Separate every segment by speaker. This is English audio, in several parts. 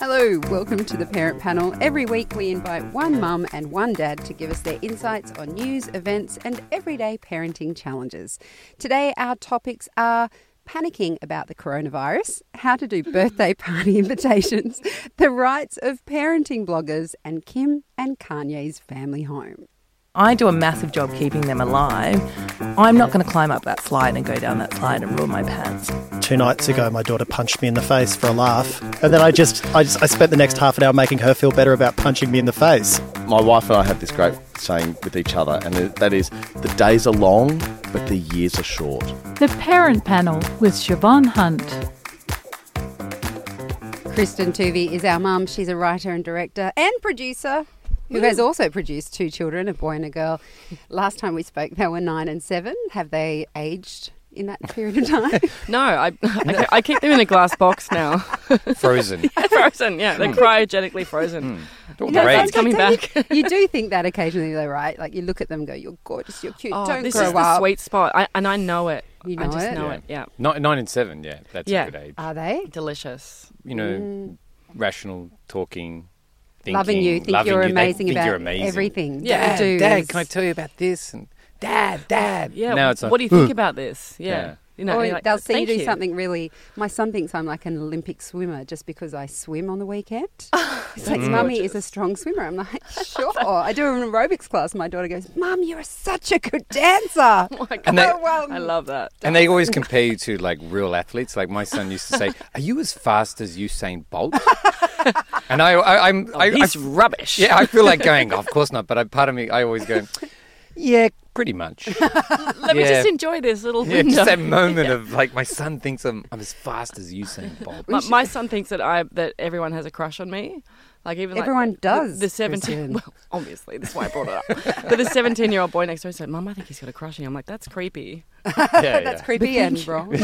Speaker 1: Hello, welcome to the Parent Panel. Every week we invite one mum and one dad to give us their insights on news, events, and everyday parenting challenges. Today our topics are panicking about the coronavirus, how to do birthday party invitations, the rights of parenting bloggers, and Kim and Kanye's family home.
Speaker 2: I do a massive job keeping them alive. I'm not going to climb up that slide and go down that slide and ruin my pants.
Speaker 3: two nights ago my daughter punched me in the face for a laugh and then i just i just i spent the next half an hour making her feel better about punching me in the face
Speaker 4: My wife and I have this great saying with each other, and that is the days are long, but the years are short.
Speaker 5: The Parent Panel with Siobhan Hunt.
Speaker 1: Kristen Tuvey is our mum. She's a writer and director and producer who has also produced two children, a boy and a girl. Last time we spoke, they were nine and seven. Have they aged in that period of time?
Speaker 6: No, I, I, I keep them in a glass box now.
Speaker 7: frozen.
Speaker 6: frozen, yeah.
Speaker 7: Hmm.
Speaker 6: They're cryogenically frozen.
Speaker 1: You know,
Speaker 7: Great.
Speaker 1: sometimes
Speaker 6: coming
Speaker 1: You, you do think that occasionally, though, right? Like you look at them and go, you're gorgeous, you're cute,
Speaker 6: Oh,
Speaker 1: don't
Speaker 6: this
Speaker 1: grow
Speaker 6: is
Speaker 1: up.
Speaker 6: the sweet spot. I, and I know it.
Speaker 1: You
Speaker 6: I
Speaker 1: know
Speaker 6: just
Speaker 1: it?
Speaker 6: know
Speaker 7: Yeah.
Speaker 6: it, yeah.
Speaker 7: Nine, nine and seven, yeah. That's
Speaker 6: Yeah.
Speaker 7: a good age.
Speaker 1: Are they?
Speaker 6: Delicious.
Speaker 7: You know, rational talking, thinking,
Speaker 1: loving you, think
Speaker 7: loving
Speaker 1: you're
Speaker 7: you. They
Speaker 1: amazing
Speaker 7: think
Speaker 1: about
Speaker 7: you're amazing.
Speaker 1: everything.
Speaker 7: Dad,
Speaker 1: do
Speaker 7: Dad,
Speaker 1: is-
Speaker 7: can I tell you about this? And Dad, Dad.
Speaker 6: Yeah.
Speaker 7: Now it's like,
Speaker 6: what do you think about this? Yeah.
Speaker 7: Yeah.
Speaker 6: You know,
Speaker 1: or
Speaker 6: you're like,
Speaker 1: they'll see you
Speaker 6: "Thank
Speaker 1: do something really. My son thinks I'm like an Olympic swimmer just because I swim on the weekend.
Speaker 6: Oh,
Speaker 1: It's like, Mummy is a strong swimmer. I'm like, sure. I do an aerobics class. My daughter goes, Mum, you're such a good dancer.
Speaker 6: Oh my God.
Speaker 7: And they-
Speaker 1: Oh, well,
Speaker 6: I love that.
Speaker 7: And they always compare you to like real athletes. Like my son used to say, "Are you as fast as Usain Bolt?" and I, I I'm, I, I-
Speaker 6: Oh, He's rubbish.
Speaker 7: yeah, I feel like going. of course not. But I, part of me, I always go, "Yeah, pretty much."
Speaker 6: Let me
Speaker 7: yeah.
Speaker 6: just enjoy this little
Speaker 7: Yeah,
Speaker 6: window.
Speaker 7: just that moment of like my son thinks I'm, I'm as fast as Usain Bolt.
Speaker 6: my, my son thinks that I that everyone has a crush on me. Like even like,
Speaker 1: Everyone
Speaker 6: the-
Speaker 1: does,
Speaker 6: The
Speaker 1: Kristen.
Speaker 6: seventeen. Well, obviously, that's why I brought it up. but the seventeen-year-old boy next door said, "Mum, I think he's got a crush on you." I'm like, "That's creepy."
Speaker 7: yeah,
Speaker 1: That's creepy and wrong.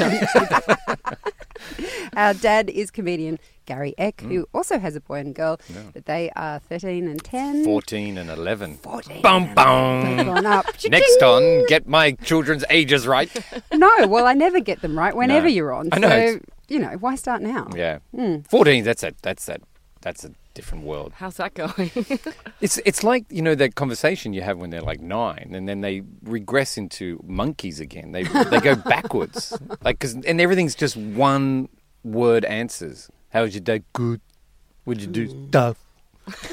Speaker 1: Our dad is comedian Gary Eck,
Speaker 7: Mm.
Speaker 1: who also has a boy and girl, but they are 13 and 10.
Speaker 7: Fourteen and eleven.
Speaker 1: 14
Speaker 7: Bum
Speaker 1: and
Speaker 7: bum.
Speaker 1: They've gone up.
Speaker 7: Mm. Next on, get my children's ages right.
Speaker 1: No, well, I never get them right whenever you're on.
Speaker 7: I know,
Speaker 1: So,
Speaker 7: it's-
Speaker 1: you know, why start now?
Speaker 7: Yeah, fourteen. That's a that's that that's a different world.
Speaker 6: How's that going?
Speaker 7: It's it's like you know that conversation you have when they're like nine, and then they regress into monkeys again. They they go backwards, like 'cause- and everything's just one word answers. How was your day? Good. What'd you do?
Speaker 3: Mm.
Speaker 7: Stuff.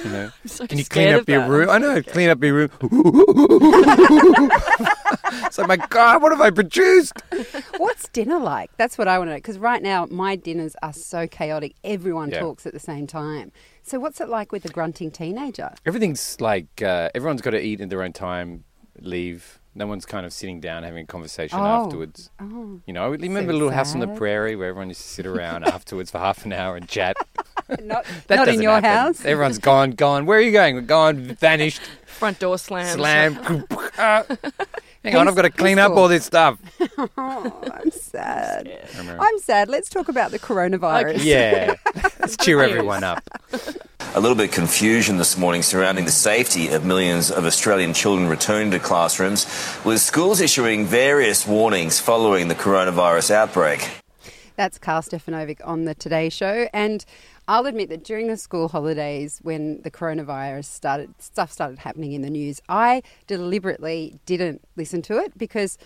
Speaker 7: You know.
Speaker 6: so
Speaker 7: Can you
Speaker 6: scared
Speaker 7: clean up
Speaker 6: of
Speaker 7: your
Speaker 6: that.
Speaker 7: room? I know. Clean up your room. it's like my God, what have I produced?
Speaker 1: What's dinner like? That's what I want to know. Because right now, my dinners are so chaotic. Everyone
Speaker 7: Yeah.
Speaker 1: talks at the same time. So, what's it like with a grunting teenager?
Speaker 7: Everything's like uh, everyone's got to eat at their own time, leave. No one's kind of sitting down having a conversation
Speaker 1: Oh.
Speaker 7: afterwards.
Speaker 1: Oh,
Speaker 7: You know, I remember
Speaker 1: So
Speaker 7: Little House on the
Speaker 1: sad.
Speaker 7: Prairie where everyone used to sit around afterwards for half an hour and chat.
Speaker 1: not,
Speaker 7: That
Speaker 1: not in
Speaker 7: doesn't
Speaker 1: your
Speaker 7: happen.
Speaker 1: house.
Speaker 7: Everyone's gone, gone. Where are you going? Gone, vanished,
Speaker 6: Front door slam.
Speaker 7: slam. Uh, Hang on, I've got to clean up
Speaker 1: peaceful.
Speaker 7: all this stuff.
Speaker 1: Oh, I'm sad.
Speaker 7: I remember.
Speaker 1: I'm sad. Let's talk about the coronavirus.
Speaker 7: Yeah, let's cheer everyone up.
Speaker 8: A little bit of confusion this morning surrounding the safety of millions of Australian children returning to classrooms, with schools issuing various warnings following the coronavirus outbreak.
Speaker 1: That's Carl Stefanovic on the Today Show. And I'll admit that during the school holidays, when the coronavirus started, stuff started happening in the news, I deliberately didn't listen to it because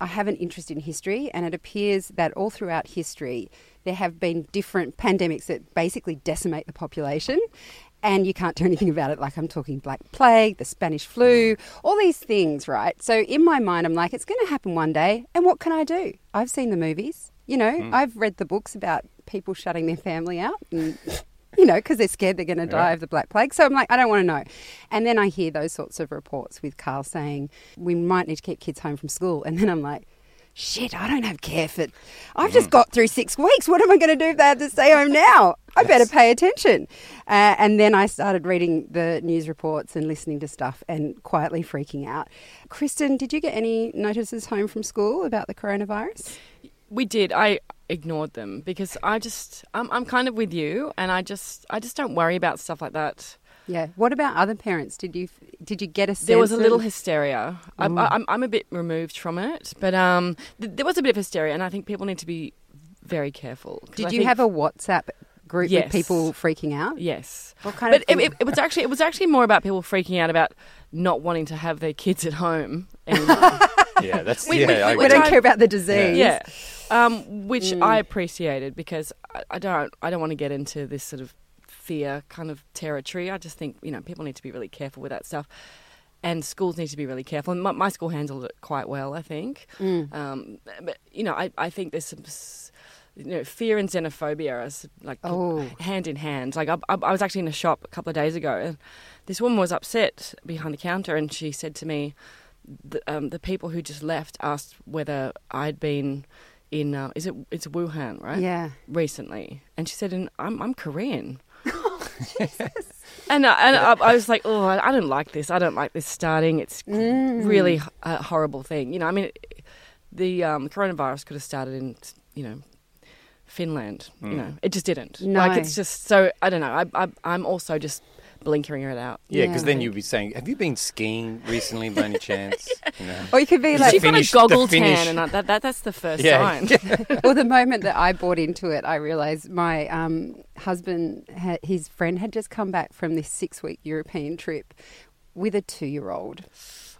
Speaker 1: I have an interest in history. And it appears that all throughout history, there have been different pandemics that basically decimate the population. And you can't do anything about it. Like I'm talking Black Plague, the Spanish flu, all these things, right? So in my mind, I'm like, it's going to happen one day. And what can I do? I've seen the movies. You know, I've read the books about people shutting their family out and, you know, because they're scared they're going to die of the Black Plague. So I'm like, I don't want to know. And then I hear those sorts of reports with Carl saying, we might need to keep kids home from school. And then I'm like, shit, I don't have care for. I've just got through six weeks. What am I going to do if they have to stay home now? I better pay attention. Uh, and then I started reading the news reports and listening to stuff and quietly freaking out. Kristen, did you get any notices home from school about the coronavirus?
Speaker 6: We did. I ignored them because I just I'm I'm kind of with you, and I just I just don't worry about stuff like that.
Speaker 1: Yeah. What about other parents? Did you did you get a sense?
Speaker 6: There was a little
Speaker 1: of-
Speaker 6: hysteria. I'm, I'm, I'm a bit removed from it, but um, th- there was a bit of hysteria, and I think people need to be very careful. 'Cause I
Speaker 1: did you
Speaker 6: think-
Speaker 1: have a WhatsApp group with
Speaker 6: Yes.
Speaker 1: people freaking out?
Speaker 6: Yes.
Speaker 1: What kind
Speaker 6: but
Speaker 1: of thing-
Speaker 6: it, it, it was actually it was actually more about people freaking out about not wanting to have their kids at home. anymore.
Speaker 7: Yeah, that's
Speaker 6: We-
Speaker 7: yeah.
Speaker 6: we-
Speaker 7: I
Speaker 6: we-
Speaker 1: We
Speaker 7: agree.
Speaker 1: don't
Speaker 6: I-
Speaker 1: care about the disease.
Speaker 6: yeah, um, which I appreciated because I, I don't I don't want to get into this sort of fear kind of territory. I just think you know people need to be really careful with that stuff. And schools need to be really careful. And my, my school handled it quite well, I think. Um, but you know, I, I think there's some, s- you know, fear and xenophobia are s- like
Speaker 1: Oh.
Speaker 6: hand in hand. Like I, I, I was actually in a shop a couple of days ago, and this woman was upset behind the counter, and she said to me, the, um, "The people who just left asked whether I'd been in uh, is it it's Wuhan, right?
Speaker 1: Yeah.
Speaker 6: recently." And she said, "And I'm I'm Korean." And, I, and I, I was like, oh, I I don't like this. I don't like this starting. It's really a horrible thing. You know, I mean, the um, coronavirus could have started in, you know, Finland.
Speaker 7: Mm.
Speaker 6: You know, it just didn't.
Speaker 1: No.
Speaker 6: Like, it's just so, I don't know. I, I, I'm also just blinkering it out.
Speaker 7: Yeah, because
Speaker 1: Yeah.
Speaker 7: then you'd be saying, "Have you been skiing recently, by any chance?" You know.
Speaker 1: Or you could be
Speaker 7: Is
Speaker 1: like,
Speaker 6: She's got
Speaker 7: finish-
Speaker 6: a
Speaker 7: the
Speaker 6: goggle
Speaker 7: finish.
Speaker 6: tan, and I, that, that, that's the first
Speaker 7: Yeah.
Speaker 6: sign.
Speaker 1: well, the moment that I bought into it, I realised my um, husband, had, his friend, had just come back from this six-week European trip with a two-year-old.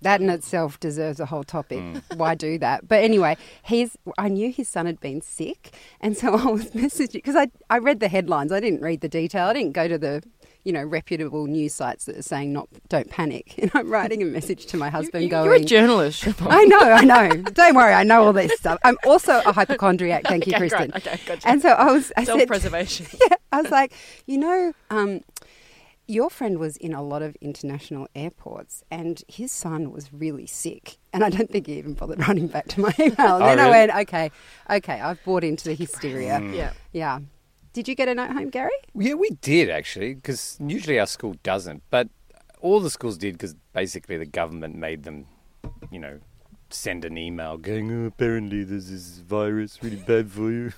Speaker 1: That in itself deserves a whole topic. Why do that? But anyway, he's. I knew his son had been sick, and so I was messaging because I I read the headlines. I didn't read the detail. I didn't go to the you know reputable news sites that are saying not don't panic. And I'm writing a message to my husband
Speaker 6: You-
Speaker 1: going.
Speaker 6: You're a journalist.
Speaker 1: I know, I know. Don't worry, I know all this stuff. I'm also a hypochondriac. Thank you,
Speaker 6: Okay, great.
Speaker 1: Kristen.
Speaker 6: Okay, gotcha.
Speaker 1: And so I was, I said,
Speaker 6: Self-preservation.
Speaker 1: yeah, I was like, you know, um, your friend was in a lot of international airports, and his son was really sick. And I don't think he even bothered writing back to my email. And
Speaker 7: Oh,
Speaker 1: then I
Speaker 7: really? Hmm.
Speaker 1: went, okay, okay, I've bought into the hysteria.
Speaker 6: yeah.
Speaker 1: Yeah. Did you get a note home, Gary?
Speaker 7: Yeah, we did actually, because usually our school doesn't, but all the schools did because basically the government made them, you know, send an email going, oh, apparently there's this virus really bad for you.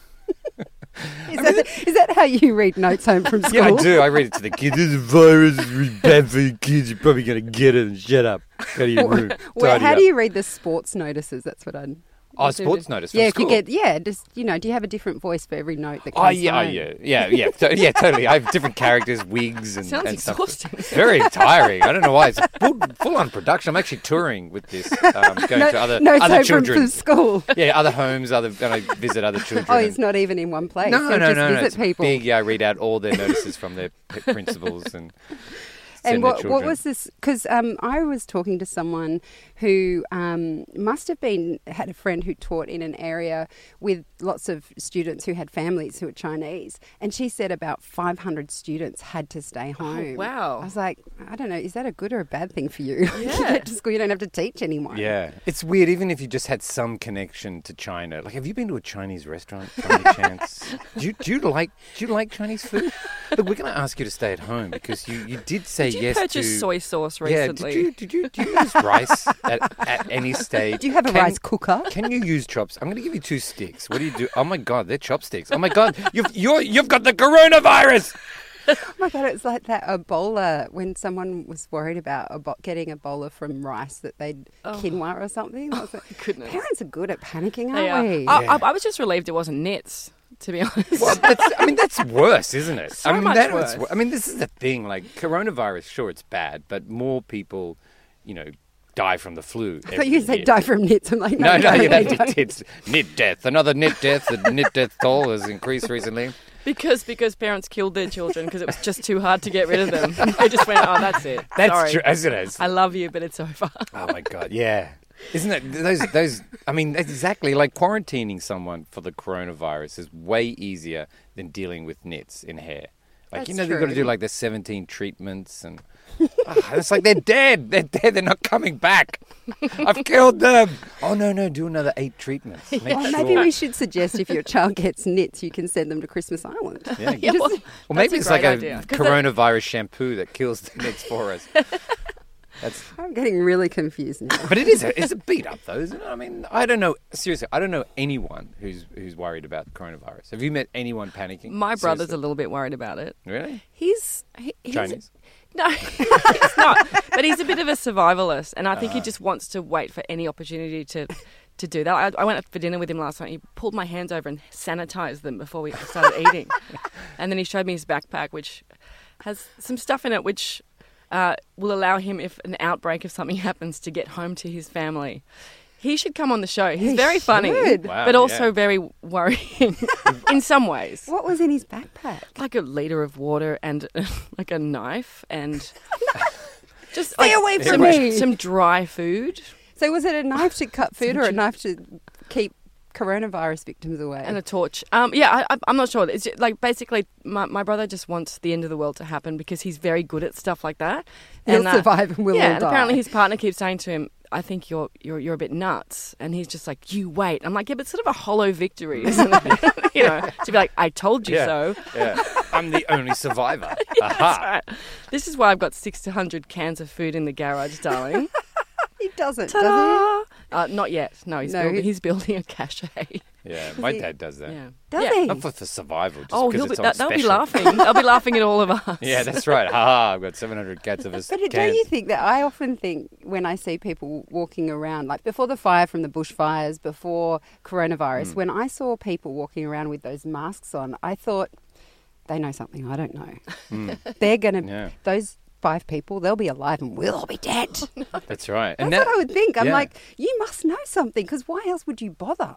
Speaker 1: Is, that, is that how you read notes home from school?
Speaker 7: Yeah, I do. I read it to the kids. this virus is really bad for your kids. You're probably going to get it and shut up. Go to your room.
Speaker 1: Well,
Speaker 7: tidy
Speaker 1: how
Speaker 7: up."
Speaker 1: do you read the sports notices? That's what I'd.
Speaker 7: Oh, sports notice. From
Speaker 1: yeah, if
Speaker 7: school.
Speaker 1: you get yeah, just you know, do you have a different voice for every note that comes?
Speaker 7: Oh yeah, oh
Speaker 1: home?
Speaker 7: yeah, yeah, yeah, to- yeah, totally. I have different characters, wigs, and
Speaker 6: Sounds
Speaker 7: and stuff.
Speaker 6: exhausting.
Speaker 7: It's very tiring. I don't know why. It's full, full on production. I'm actually touring with this, um, going
Speaker 1: No,
Speaker 7: to other
Speaker 1: no, it's
Speaker 7: other
Speaker 1: home from, from
Speaker 7: children.
Speaker 1: school.
Speaker 7: Yeah, other homes, other and I visit other children.
Speaker 1: Oh, it's
Speaker 7: and-
Speaker 1: not even in one place.
Speaker 7: No, no,
Speaker 1: He'll
Speaker 7: no,
Speaker 1: just
Speaker 7: no, no.
Speaker 1: visit
Speaker 7: It's
Speaker 1: people.
Speaker 7: big. Yeah, I read out all their notices from their p- principals
Speaker 1: and
Speaker 7: and. send their
Speaker 1: what, what
Speaker 7: children.
Speaker 1: was this? Because um, I was talking to someone who um, must have been had a friend who taught in an area with lots of students who had families who were Chinese, and she said about 500 students had to stay
Speaker 7: Oh,
Speaker 1: home.
Speaker 6: wow.
Speaker 1: I was like, I don't know, is that a good or a bad thing for you? you
Speaker 6: Yeah.
Speaker 1: get to school, you don't have to teach anyone.
Speaker 7: Yeah, it's weird. Even if you just had some connection to China, like, have you been to a Chinese restaurant by any chance? Do you, do you like do you like Chinese food? Look, we're going to ask you to stay at home because you, you did say
Speaker 6: Did you
Speaker 7: yes
Speaker 6: purchase
Speaker 7: to
Speaker 6: soy sauce
Speaker 7: Yeah,
Speaker 6: recently?
Speaker 7: did you did you, do you use rice at, at any stage?
Speaker 1: Do you have a
Speaker 7: Can-
Speaker 1: rice cooker?
Speaker 7: Can you use chops? I'm going to give you two sticks. What do you do? Oh my god, they're chopsticks. Oh my god, you've you're, you've got the coronavirus.
Speaker 1: Oh my god, it's like that Ebola when someone was worried about ebo- getting Ebola from rice that they'd quinoa or something. I was like,
Speaker 6: Oh. goodness.
Speaker 1: Parents are good at panicking,
Speaker 6: They
Speaker 1: aren't
Speaker 6: are.
Speaker 1: we?
Speaker 7: Oh.
Speaker 6: I, I, I was just relieved it wasn't nits, to be honest.
Speaker 7: Well, that's, I mean, that's worse, isn't it?
Speaker 6: So
Speaker 7: I mean,
Speaker 6: much
Speaker 7: that was
Speaker 6: worse.
Speaker 7: wor- I mean, this is the thing. Like coronavirus, sure, it's bad, but more people, you know, die from the flu.
Speaker 1: I thought you said die from nits. I'm like,
Speaker 7: No,
Speaker 1: no,
Speaker 7: no,
Speaker 1: they
Speaker 7: yeah, that,
Speaker 1: don't.
Speaker 7: it's knit death. Another knit death. The knit death toll has increased recently.
Speaker 6: Because because parents killed their children because it was just too hard to get rid of them. they just went, oh, that's it.
Speaker 7: That's
Speaker 6: Sorry.
Speaker 7: true, isn't it?
Speaker 6: I love you, but it's over.
Speaker 7: Oh my god, yeah. Isn't it those those? I mean, that's exactly like quarantining someone for the coronavirus is way easier than dealing with nits in hair. Like you know
Speaker 1: That's
Speaker 7: they've got to
Speaker 1: true.
Speaker 7: do like the seventeen treatments and Ah, it's like they're dead. They're dead. They're not coming back. I've killed them. Oh no no, do another eight treatments. Make
Speaker 1: Well,
Speaker 7: sure.
Speaker 1: maybe we should suggest if your child gets nits, you can send them to Christmas Island.
Speaker 7: Yeah.
Speaker 6: Yeah, well,
Speaker 7: Or maybe
Speaker 6: that's a
Speaker 7: it's like
Speaker 6: great
Speaker 7: a
Speaker 6: idea, 'cause that-
Speaker 7: coronavirus shampoo that kills the nits for us. That's
Speaker 1: I'm getting really confused now.
Speaker 7: But it is a, it's a beat up though, isn't it? I mean, I don't know. Seriously, I don't know anyone who's who's worried about coronavirus. Have you met anyone panicking?
Speaker 6: My brother's a
Speaker 7: Seriously?
Speaker 6: little bit worried about it.
Speaker 7: really.
Speaker 6: He's he, he's,
Speaker 7: Chinese?
Speaker 6: No,
Speaker 1: Uh.
Speaker 6: he's not. But he's a bit of a survivalist, and I think he just wants to wait for any opportunity to to do that. I, I went up for dinner with him last night. He pulled my hands over and sanitized them before we started eating, and then he showed me his backpack, which has some stuff in it, which uh, will allow him, if an outbreak of something happens, to get home to his family. He should come on the show. He's
Speaker 1: He
Speaker 6: very funny,
Speaker 1: should.
Speaker 7: Wow,
Speaker 6: but also
Speaker 7: yeah.
Speaker 6: very worrying in some ways.
Speaker 1: What was in his backpack?
Speaker 6: Like a liter of water and like a knife and just
Speaker 1: Stay
Speaker 6: like,
Speaker 1: away from
Speaker 6: some,
Speaker 1: me.
Speaker 6: Some dry food
Speaker 1: So was it a knife to cut food or a knife to keep coronavirus victims away?
Speaker 6: and a torch. Um, yeah, I- I, I'm not sure. It's ju- like basically, my, my brother just wants the end of the world to happen because he's very good at stuff like that. uh,
Speaker 1: He'll survive and we'll
Speaker 6: yeah,
Speaker 1: all
Speaker 6: and apparently
Speaker 1: die.
Speaker 6: his partner keeps saying to him. I think you're you're you're a bit nuts, and he's just like, "You wait." I'm like, "Yeah, but it's sort of a hollow victory, isn't it? you know, to be like, "I told you
Speaker 7: Yeah.
Speaker 6: so."
Speaker 7: Yeah. I'm the only survivor. Aha.
Speaker 6: Right. This is why I've got six to hundred cans of food in the garage, darling.
Speaker 1: he doesn't, does
Speaker 6: Ta-da! Uh, not yet. No, he's
Speaker 1: No,
Speaker 6: building,
Speaker 1: he-
Speaker 6: he's building a cachet.
Speaker 7: Yeah, my dad does that.
Speaker 6: Yeah.
Speaker 1: Does
Speaker 6: Yeah.
Speaker 1: he?
Speaker 7: Not for, for survival, just
Speaker 6: Oh,
Speaker 7: because
Speaker 6: he'll be,
Speaker 7: it's on
Speaker 6: that, they'll be
Speaker 7: special.
Speaker 6: laughing. they'll be laughing at all of us.
Speaker 7: Yeah, that's right. Haha, I've got 700 cats of us.
Speaker 1: But it- don't you think that I often think when I see people walking around, like before the fire from the bushfires, before
Speaker 7: Hmm.
Speaker 1: coronavirus, when I saw people walking around with those masks on, I thought they know something I don't know. They're gonna
Speaker 7: Hmm. Yeah.
Speaker 1: those five people, they'll be alive and we'll all be dead.
Speaker 7: That's right.
Speaker 1: That's what I would think. I'm
Speaker 7: yeah.
Speaker 1: like, you must know something because why else would you bother?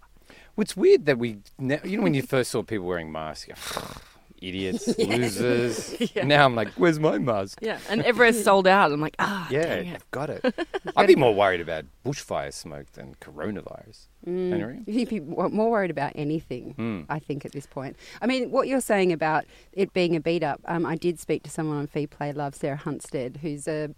Speaker 7: What's weird that we, now, you know, when you first saw people wearing masks, you go, idiots, losers. Now I'm like, where's my mask?
Speaker 6: Yeah, and Everest sold out. I'm like, ah,
Speaker 7: Yeah,
Speaker 6: dang it.
Speaker 7: I've got it. I'd be more worried about bushfire smoke than coronavirus.
Speaker 1: Mm.
Speaker 7: Don't you reckon?
Speaker 1: You'd be w- more worried about anything, I think, at this point. I mean, what you're saying about it being a beat up, um, I did speak to someone on Feed Play Love, Sarah Hunstead, who's a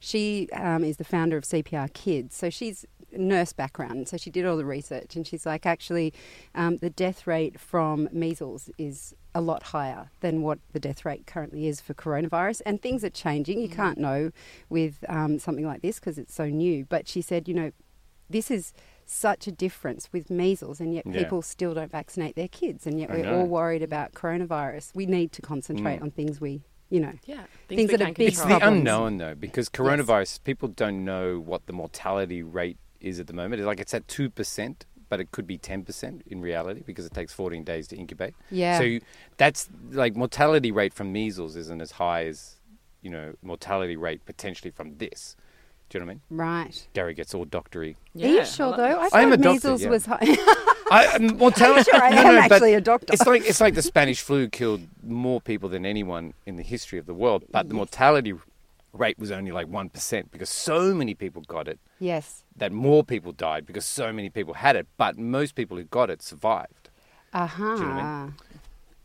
Speaker 1: she um, is the founder of CPR Kids. So she's nurse background, so she did all the research, and she's like, actually, um, the death rate from measles is a lot higher than what the death rate currently is for coronavirus. And things are changing. You can't know with um, something like this because it's so new. But she said, you know, this is such a difference with measles, and yet
Speaker 7: Yeah.
Speaker 1: people still don't vaccinate their kids, and yet
Speaker 7: I
Speaker 1: we're
Speaker 7: know. Mm.
Speaker 1: all worried about coronavirus. We need to concentrate on things we, you know,
Speaker 6: Yeah,
Speaker 1: things,
Speaker 6: things we
Speaker 1: that are
Speaker 6: can
Speaker 1: big
Speaker 7: It's the
Speaker 1: problems.
Speaker 7: unknown, though, because coronavirus, people don't know what the mortality rate is at the moment. It's like it's at 2%, but it could be 10% in reality because it takes 14 days to incubate.
Speaker 1: Yeah.
Speaker 7: So you- that's like mortality rate from measles isn't as high as, you know, mortality rate potentially from this. Do you know what I mean?
Speaker 1: Right.
Speaker 7: Gary gets all doctory.
Speaker 6: Yeah,
Speaker 1: are you sure, though? I
Speaker 7: I am
Speaker 1: thought
Speaker 7: a doctor,
Speaker 1: measles
Speaker 7: yeah.
Speaker 1: was high.
Speaker 7: I, um, mortality.
Speaker 1: sure I
Speaker 7: no,
Speaker 1: am
Speaker 7: no, but
Speaker 1: actually a doctor.
Speaker 7: It's like it's like the Spanish flu killed more people than anyone in the history of the world, but the mortality rate was only like one percent because so many people got it
Speaker 1: yes.
Speaker 7: that more people died because so many people had it, but most people who got it survived.
Speaker 1: Uh
Speaker 7: you know what
Speaker 1: huh.
Speaker 7: I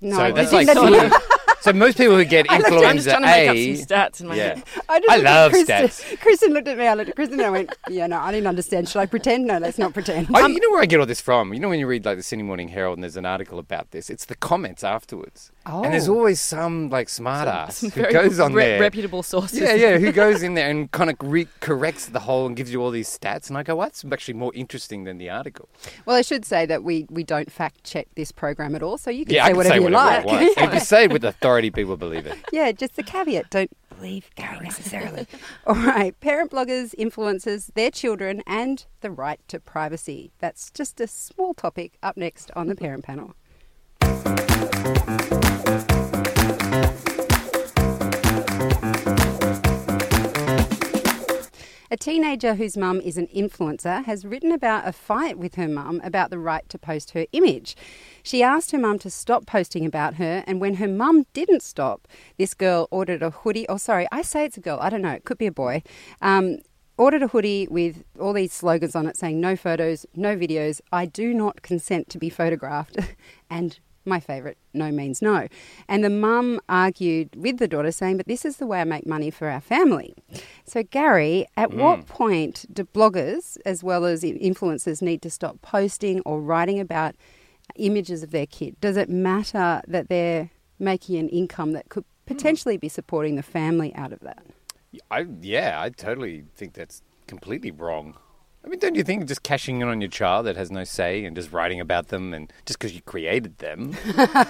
Speaker 1: No,
Speaker 7: so
Speaker 1: I
Speaker 7: that's
Speaker 1: didn't-
Speaker 7: like so most people who get influenza
Speaker 6: I'm just trying to make
Speaker 7: A,
Speaker 6: up some stats in my
Speaker 7: yeah.
Speaker 6: head.
Speaker 1: I, just
Speaker 7: I
Speaker 1: looked at
Speaker 7: love
Speaker 1: Kristen.
Speaker 7: stats.
Speaker 1: Kristen looked at me. I looked at Kristen and I went, "Yeah, no, I didn't understand. Should I pretend? No, let's not pretend." Um,
Speaker 7: I, you know where I get all this from? You know when you read like the Sydney Morning Herald and there's an article about this, it's the comments afterwards. And there's
Speaker 1: Oh.
Speaker 7: always some like smart ass
Speaker 6: Some
Speaker 7: who goes on
Speaker 6: re-
Speaker 7: there.
Speaker 6: reputable sources.
Speaker 7: yeah, yeah, who goes in there and kind of re- corrects the whole and gives you all these stats. And I go, well, that's actually more interesting than the article.
Speaker 1: Well, I should say that we, we don't fact check this program at all, so you can say
Speaker 7: yeah, I can
Speaker 1: whatever
Speaker 7: say
Speaker 1: you like.
Speaker 7: whatever I want. And if you say it with authority, people believe it.
Speaker 1: Yeah, just the caveat. Don't believe Gary necessarily. All right. Parent bloggers, influencers, their children, and the right to privacy. That's just a small topic up next on the parent panel. A teenager whose mum is an influencer has written about a fight with her mum about the right to post her image. She asked her mum to stop posting about her, and when her mum didn't stop, this girl ordered a hoodie. Oh, sorry, I say it's a girl. I don't know. It could be a boy. Um, ordered a hoodie with all these slogans on it saying no photos, no videos, I do not consent to be photographed, and my favourite, no means no. And the mum argued with the daughter, saying, But this is the way I make money for our family. So, Gary, at what point do bloggers as well as i- influencers need to stop posting or writing about images of their kid? Does it matter that they're making an income that could potentially be supporting the family out of that?
Speaker 7: I yeah, I totally think that's completely wrong. I mean, don't you think just cashing in on your child that has no say and just writing about them and just because you created them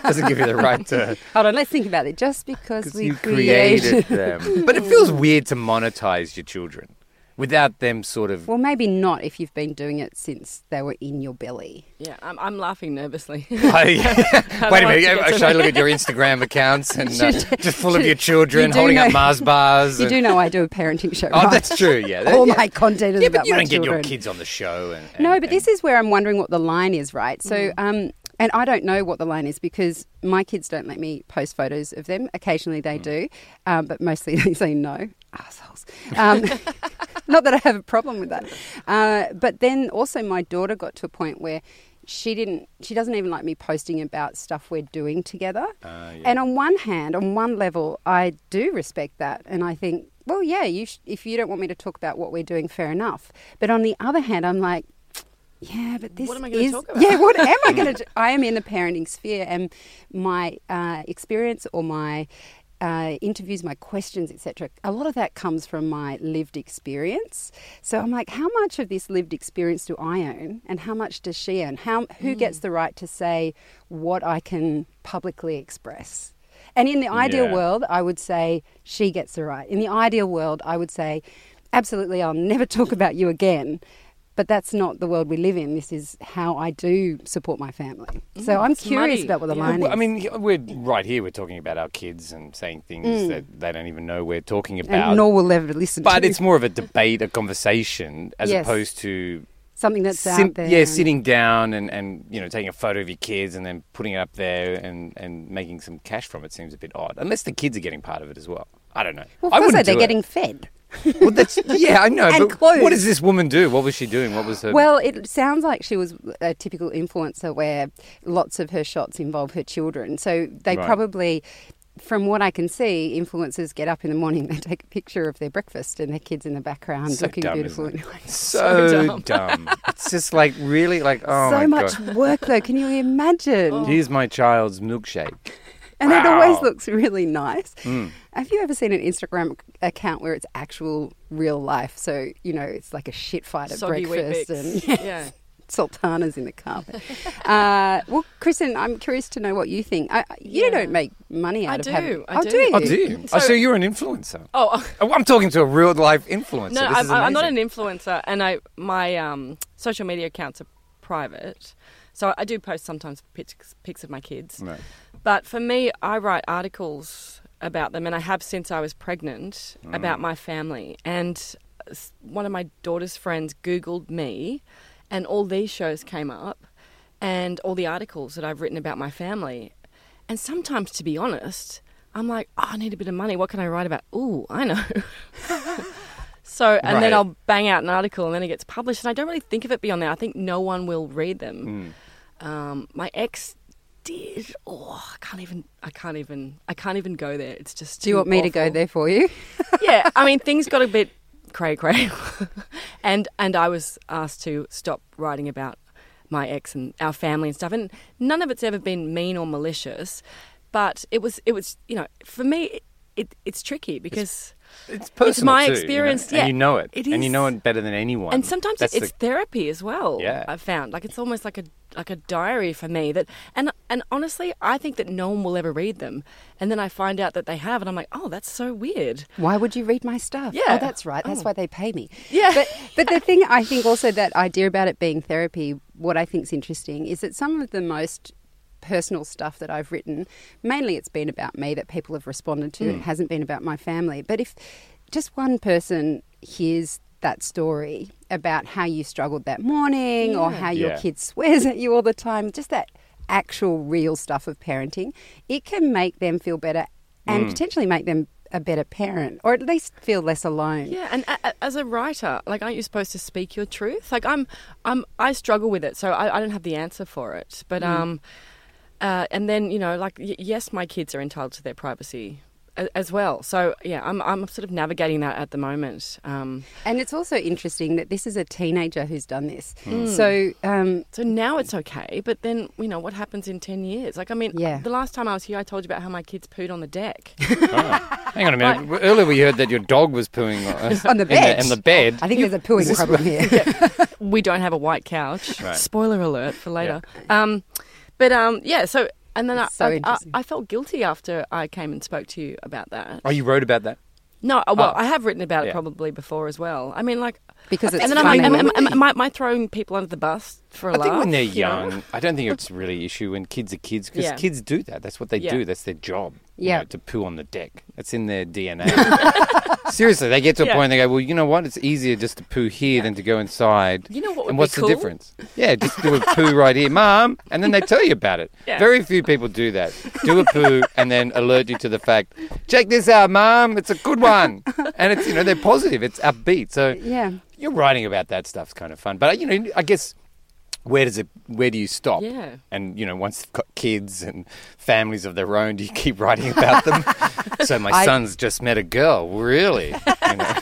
Speaker 7: doesn't give you the right to
Speaker 1: Hold on, let's think about it. Just because we
Speaker 7: you
Speaker 1: create.
Speaker 7: created them. but it feels weird to monetize your children. without them sort of.
Speaker 1: Well, maybe not if you've been doing it since they were in your belly.
Speaker 6: Yeah, I'm, I'm laughing nervously.
Speaker 7: Oh, yeah. Wait a
Speaker 6: want to
Speaker 7: minute.
Speaker 6: get to
Speaker 7: Should I
Speaker 6: know-
Speaker 7: look at your Instagram accounts and uh,
Speaker 1: should-
Speaker 7: just full of
Speaker 1: should-
Speaker 7: your children
Speaker 1: you do
Speaker 7: holding
Speaker 1: know-
Speaker 7: up Mars bars?
Speaker 1: You
Speaker 7: and-
Speaker 1: do know I do a parenting show,
Speaker 7: Oh,
Speaker 1: right?
Speaker 7: that's true. Yeah. that-
Speaker 1: All
Speaker 7: yeah.
Speaker 1: my content is
Speaker 7: Yeah,
Speaker 1: about
Speaker 7: but you
Speaker 1: my
Speaker 7: don't get your
Speaker 1: children.
Speaker 7: kids on the show. And,
Speaker 1: No, but this is where I'm wondering what the line is, right? So, um, and I don't know what the line is because my kids don't let me post photos of them. Occasionally they do, um, but mostly they say no. Assholes. Um, not that I have a problem with that. Uh, but then also my daughter got to a point where she didn't she doesn't even like me posting about stuff we're doing together. And on one hand, on one level, I do respect that and I think, well, yeah, you sh- if you don't want me to talk about what we're doing, fair enough. But on the other hand, I'm like yeah, but this
Speaker 6: am I gonna
Speaker 1: is
Speaker 6: talk about?
Speaker 1: yeah. What am I going to? do? I am in the parenting sphere, and my uh, experience or my uh, interviews, my questions, etc. A lot of that comes from my lived experience. So I'm like, how much of this lived experience do I own, and how much does she own? How
Speaker 6: Hmm.
Speaker 1: who gets the right to say what I can publicly express? And in the ideal
Speaker 7: Yeah.
Speaker 1: world, I would say she gets the right. In the ideal world, I would say, absolutely, I'll never talk about you again. But that's not the world we live in. This is how I do support my family.
Speaker 7: Mm,
Speaker 1: So I'm curious
Speaker 6: muddy.
Speaker 1: about what the
Speaker 6: Yeah.
Speaker 1: line
Speaker 7: Well,
Speaker 1: is.
Speaker 7: I mean, he- we're right here. We're talking about our kids and saying things that they don't even know we're talking about.
Speaker 1: Mm. and nor will ever listen
Speaker 7: but
Speaker 1: to
Speaker 7: it's more of a debate, a conversation, as
Speaker 1: Yes.
Speaker 7: opposed to
Speaker 1: something that's
Speaker 7: sim-
Speaker 1: out there.
Speaker 7: yeah, sitting down and, and you know taking a photo of your kids and then putting it up there and, and making some cash from it seems a bit odd. Unless the kids are getting part of it as well. I don't know.
Speaker 1: Well,
Speaker 7: I
Speaker 1: also,
Speaker 7: wouldn't
Speaker 1: they're
Speaker 7: do it.
Speaker 1: getting fed.
Speaker 7: Well, that's yeah, I know.
Speaker 1: And
Speaker 7: but
Speaker 1: clothes.
Speaker 7: what does this woman do? What was she doing? What was her?
Speaker 1: Well, it sounds like she was a typical influencer where lots of her shots involve her children. So they
Speaker 7: Right.
Speaker 1: probably, from what I can see, influencers get up in the morning, they take a picture of their breakful and their kids in the background
Speaker 7: So
Speaker 1: looking
Speaker 7: dumb,
Speaker 1: beautiful.
Speaker 7: isn't
Speaker 6: So
Speaker 7: so,
Speaker 6: dumb.
Speaker 7: dumb. it's just like really like oh
Speaker 1: so
Speaker 7: my
Speaker 1: much
Speaker 7: god.
Speaker 1: work, though. Can you imagine?
Speaker 7: Here's my child's milkshake.
Speaker 1: And it always
Speaker 7: Wow. Hmm.
Speaker 1: looks really nice. Have you ever seen an Instagram account where it's actual real life? So, you know, it's like a shit fight at
Speaker 6: Soggy Weet
Speaker 1: breakfast
Speaker 6: Bix.
Speaker 1: and
Speaker 6: Yeah.
Speaker 1: sultanas in the carpet. uh, well, Kristen, I'm curious to know what you think. I, I- you
Speaker 6: Yeah.
Speaker 1: don't make money out
Speaker 6: I
Speaker 1: of
Speaker 6: do,
Speaker 1: having.
Speaker 6: I
Speaker 1: oh,
Speaker 6: do.
Speaker 1: you?
Speaker 7: I do. I
Speaker 6: So-
Speaker 7: so you're an influencer.
Speaker 6: Oh, oh.
Speaker 7: Oh, I'm talking to a real life influencer.
Speaker 6: No,
Speaker 7: This
Speaker 6: I'm,
Speaker 7: is
Speaker 6: I'm not an
Speaker 7: amazing.
Speaker 6: influencer, and I my um, social media accounts are private, so I do post sometimes pics, pics of my kids.
Speaker 7: Right.
Speaker 6: But for me, I write articles about them, and I have since I was pregnant
Speaker 7: Mm.
Speaker 6: about my family. And s- one of my daughter's friends Googled me, and all these shows came up, and all the articles that I've written about my family. And sometimes, to be honest, I'm like, oh, I need a bit of money. What can I write about? Ooh, I know. So, and
Speaker 7: Right.
Speaker 6: then I'll bang out an article and then it gets published. And I don't really think of it beyond that. I think no one will read them. Um, my ex did. Oh, I can't even, I can't even, I can't even go there. It's just
Speaker 1: Do you want me to go there for you?
Speaker 6: yeah. I mean, things got a bit cray cray. and, and I was asked to stop writing about my ex and our family and stuff. And none of it's ever been mean or malicious. But it was, it was, you know, for me, it, it, it's tricky because.
Speaker 7: It's personal.
Speaker 6: my
Speaker 7: too, you know,
Speaker 6: experience, yeah,
Speaker 7: and you know it.
Speaker 6: it
Speaker 7: and you
Speaker 6: is.
Speaker 7: know it better than anyone.
Speaker 6: And sometimes
Speaker 7: That's
Speaker 6: it's
Speaker 7: the-
Speaker 6: therapy as well.
Speaker 7: Yeah.
Speaker 6: I've found like it's almost like a like a diary for me that and and honestly I think that no one will ever read them and then I find out that they have and I'm like oh that's so weird.
Speaker 1: Why would you read my stuff?
Speaker 6: Yeah.
Speaker 1: Oh, that's right. That's
Speaker 6: Oh.
Speaker 1: why they pay me.
Speaker 6: Yeah.
Speaker 1: But, but the thing I think also that idea about it being therapy, what I think's interesting is that some of the most personal stuff that I've written, mainly it's been about me that people have responded to.
Speaker 7: Mm.
Speaker 1: It hasn't been about my family. But if just one person hears that story about how you struggled that morning or how your
Speaker 7: Yeah.
Speaker 1: kid swears at you all the time, just that actual real stuff of parenting, it can make them feel better
Speaker 7: Mm.
Speaker 1: and potentially make them a better parent or at least feel less alone.
Speaker 6: Yeah, and a- a- as a writer, like, aren't you supposed to speak your truth? Like, I'm, I'm, I struggle with it, so I, I don't have the answer for it. But
Speaker 7: Mm.
Speaker 6: um, uh, and then you know, like, y- yes, my kids are entitled to their privacy a- as well. So yeah, I'm, I'm sort of navigating that at the moment. Um,
Speaker 1: And it's also interesting that this is a teenager who's done this.
Speaker 7: Hmm.
Speaker 1: So, um,
Speaker 6: So now it's okay, but then you know what happens in ten years? Like I mean,
Speaker 1: Yeah.
Speaker 6: the last time I was here, I told you about how my kids pooed on the deck.
Speaker 7: Hang on a minute. Earlier we heard that your dog was pooing on,
Speaker 1: On the
Speaker 7: in
Speaker 1: bed.
Speaker 7: in the bed.
Speaker 1: I think there's a pooing problem here.
Speaker 6: we don't have a white couch.
Speaker 7: Right.
Speaker 6: Spoiler alert for later. Um, but um, yeah, so and then I,
Speaker 1: It's so
Speaker 6: I, I,
Speaker 1: interesting.
Speaker 6: I felt guilty after I came and spoke to you about that.
Speaker 7: Oh, you wrote about that.
Speaker 6: No, uh, well,
Speaker 7: Oh.
Speaker 6: I have written about it
Speaker 7: Yeah.
Speaker 6: probably before as well. I mean, like,
Speaker 1: Because it's
Speaker 6: and then
Speaker 1: funny.
Speaker 6: I'm like, am, am, am, am I throwing people under the bus for a
Speaker 7: I
Speaker 6: laugh?
Speaker 7: think when they're
Speaker 6: you know?
Speaker 7: young, I don't think it's really an issue when kids are kids because
Speaker 6: Yeah.
Speaker 7: kids do that. That's what they
Speaker 6: Yeah.
Speaker 7: do. That's their job. you
Speaker 1: Yeah.
Speaker 7: know, to poo on the deck. That's in their DNA. Seriously, they get to a
Speaker 6: Yeah.
Speaker 7: point they go, well, you know what? It's easier just to poo here than to go inside.
Speaker 6: You know what would
Speaker 7: And
Speaker 6: be
Speaker 7: what's
Speaker 6: cool?
Speaker 7: the difference? Yeah, just do a poo right here, mom, and then they tell you about it.
Speaker 6: Yeah.
Speaker 7: Very few people do that. Do a poo and then alert you to the fact. Check this out, mom. It's a good one, and it's you know they're positive. It's upbeat. So
Speaker 1: Yeah.
Speaker 7: you're writing about that stuff's kind of fun. But you know, I guess where does it where do you stop?
Speaker 6: Yeah.
Speaker 7: And you know, once they've got kids and families of their own, do you keep writing about them? so my
Speaker 1: I-
Speaker 7: son's just met a girl. Really? You know?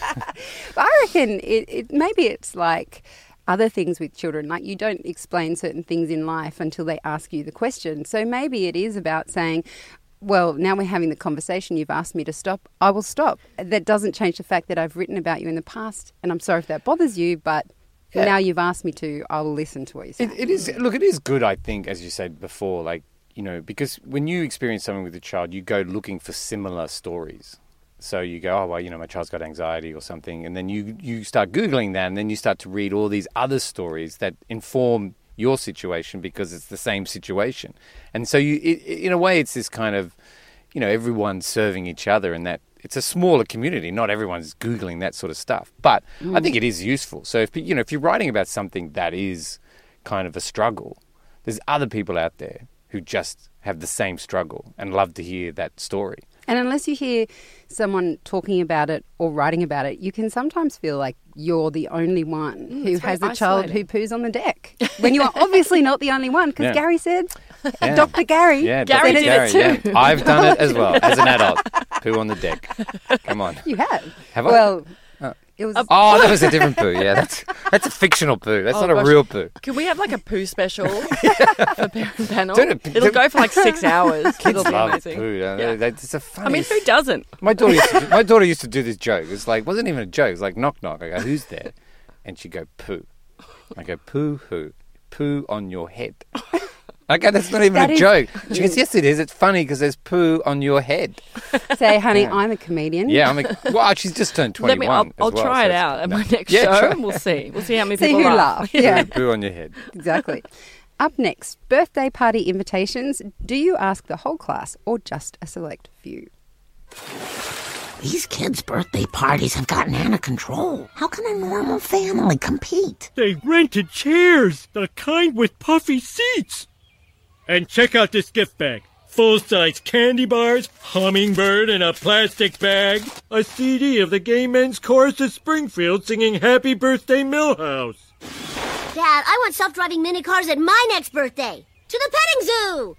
Speaker 1: But I reckon it, it maybe it's like other things with children. Like you don't explain certain things in life until they ask you the question. So maybe it is about saying, well, now we're having the conversation. You've asked me to stop. I will stop. That doesn't change the fact that I've written about you in the past, and I'm sorry if that bothers you, but now you've asked me to. I will listen to what you say.
Speaker 7: It, it is. Look, it is good. I think, as you said before, like you know, because when you experience something with a child, you go looking for similar stories. So you go, oh well, you know, my child's got anxiety or something, and then you you start googling that, and then you start to read all these other stories that inform your situation because it's the same situation, and so you, it, it- in a way, it's this kind of, you know, everyone serving each other, and that it's a smaller community. Not everyone's googling that sort of stuff, but I think it is useful. So if you know, if you're writing about something that is kind of a struggle. There's other people out there who just have the same struggle and love to hear that story.
Speaker 1: And unless you hear someone talking about it or writing about it, you can sometimes feel like you're the only one who
Speaker 6: Mm, it's very
Speaker 1: has a child who
Speaker 6: isolating.
Speaker 1: poos on the deck. When you are obviously not the only one, because
Speaker 7: Yeah.
Speaker 1: Gary said,
Speaker 7: Yeah.
Speaker 1: Dr. Gary.
Speaker 7: Yeah,
Speaker 1: said
Speaker 6: Gary
Speaker 7: Dr.
Speaker 6: did it
Speaker 7: too. I've done it as well as an adult. Poo on the deck. Come on.
Speaker 1: You have.
Speaker 7: Have I?
Speaker 1: well, it was.
Speaker 7: Oh, that was a different poo. Yeah, that's that's a fictional poo. That's
Speaker 6: Oh,
Speaker 7: not a
Speaker 6: gosh.
Speaker 7: real poo.
Speaker 6: Can we have like a poo special for parent panel?
Speaker 7: Don't it-
Speaker 6: It'll go for like six hours. It'll be
Speaker 7: Love
Speaker 6: amazing.
Speaker 7: poo. don't they?
Speaker 6: Yeah.
Speaker 7: That's it's a funny.
Speaker 6: I mean, who doesn't?
Speaker 7: my daughter, used to, my daughter used to do this joke. It's like wasn't even a joke. It's like knock knock. I go, who's there? And she go poo. I go poo who? Poo on your head. Okay, that's not even
Speaker 1: That
Speaker 7: a
Speaker 1: is-
Speaker 7: joke. She goes, yes, it is. It's funny because there's poo on your head.
Speaker 1: Say, honey, I'm a comedian.
Speaker 7: Yeah, I'm like, wow, she's just turned 21.
Speaker 6: Let me. I'll,
Speaker 7: as
Speaker 6: I'll
Speaker 7: well,
Speaker 6: try it
Speaker 7: so it's-
Speaker 6: out at
Speaker 7: no.
Speaker 6: my next
Speaker 7: Yeah,
Speaker 6: show.
Speaker 7: try-
Speaker 6: We'll see. We'll see how many
Speaker 1: See
Speaker 6: people
Speaker 1: who
Speaker 6: laugh.
Speaker 1: laugh. Yeah,
Speaker 7: Poo on your head.
Speaker 1: exactly. Up next, birthday party invitations. Do you ask the whole class or just a select few?
Speaker 9: These kids' birthday parties have gotten out of control. How can a normal family compete?
Speaker 10: They rented chairs, the kind with puffy seats. And check out this gift bag. Full-size candy bars, hummingbird in a plastic bag, a CD of the Gay Men's Chorus of Springfield singing Happy Birthday Millhouse.
Speaker 11: Dad, I want self-driving mini cars at my next birthday. To the petting zoo.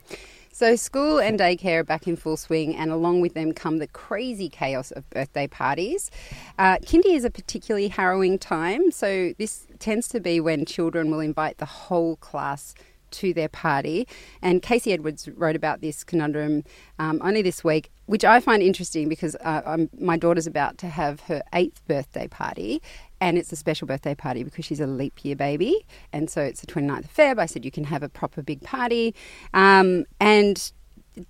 Speaker 1: So, school and daycare are back in full swing, and along with them come the crazy chaos of birthday parties. Uh, kindy is a particularly harrowing time, so this tends to be when children will invite the whole class to their party. And Casey Edwards wrote about this conundrum um, only this week, which I find interesting because uh, I'm, my daughter's about to have her eighth birthday party, and it's a special birthday party because she's a leap year baby. And so it's the 29th of Feb. I said, you can have a proper big party. Um, and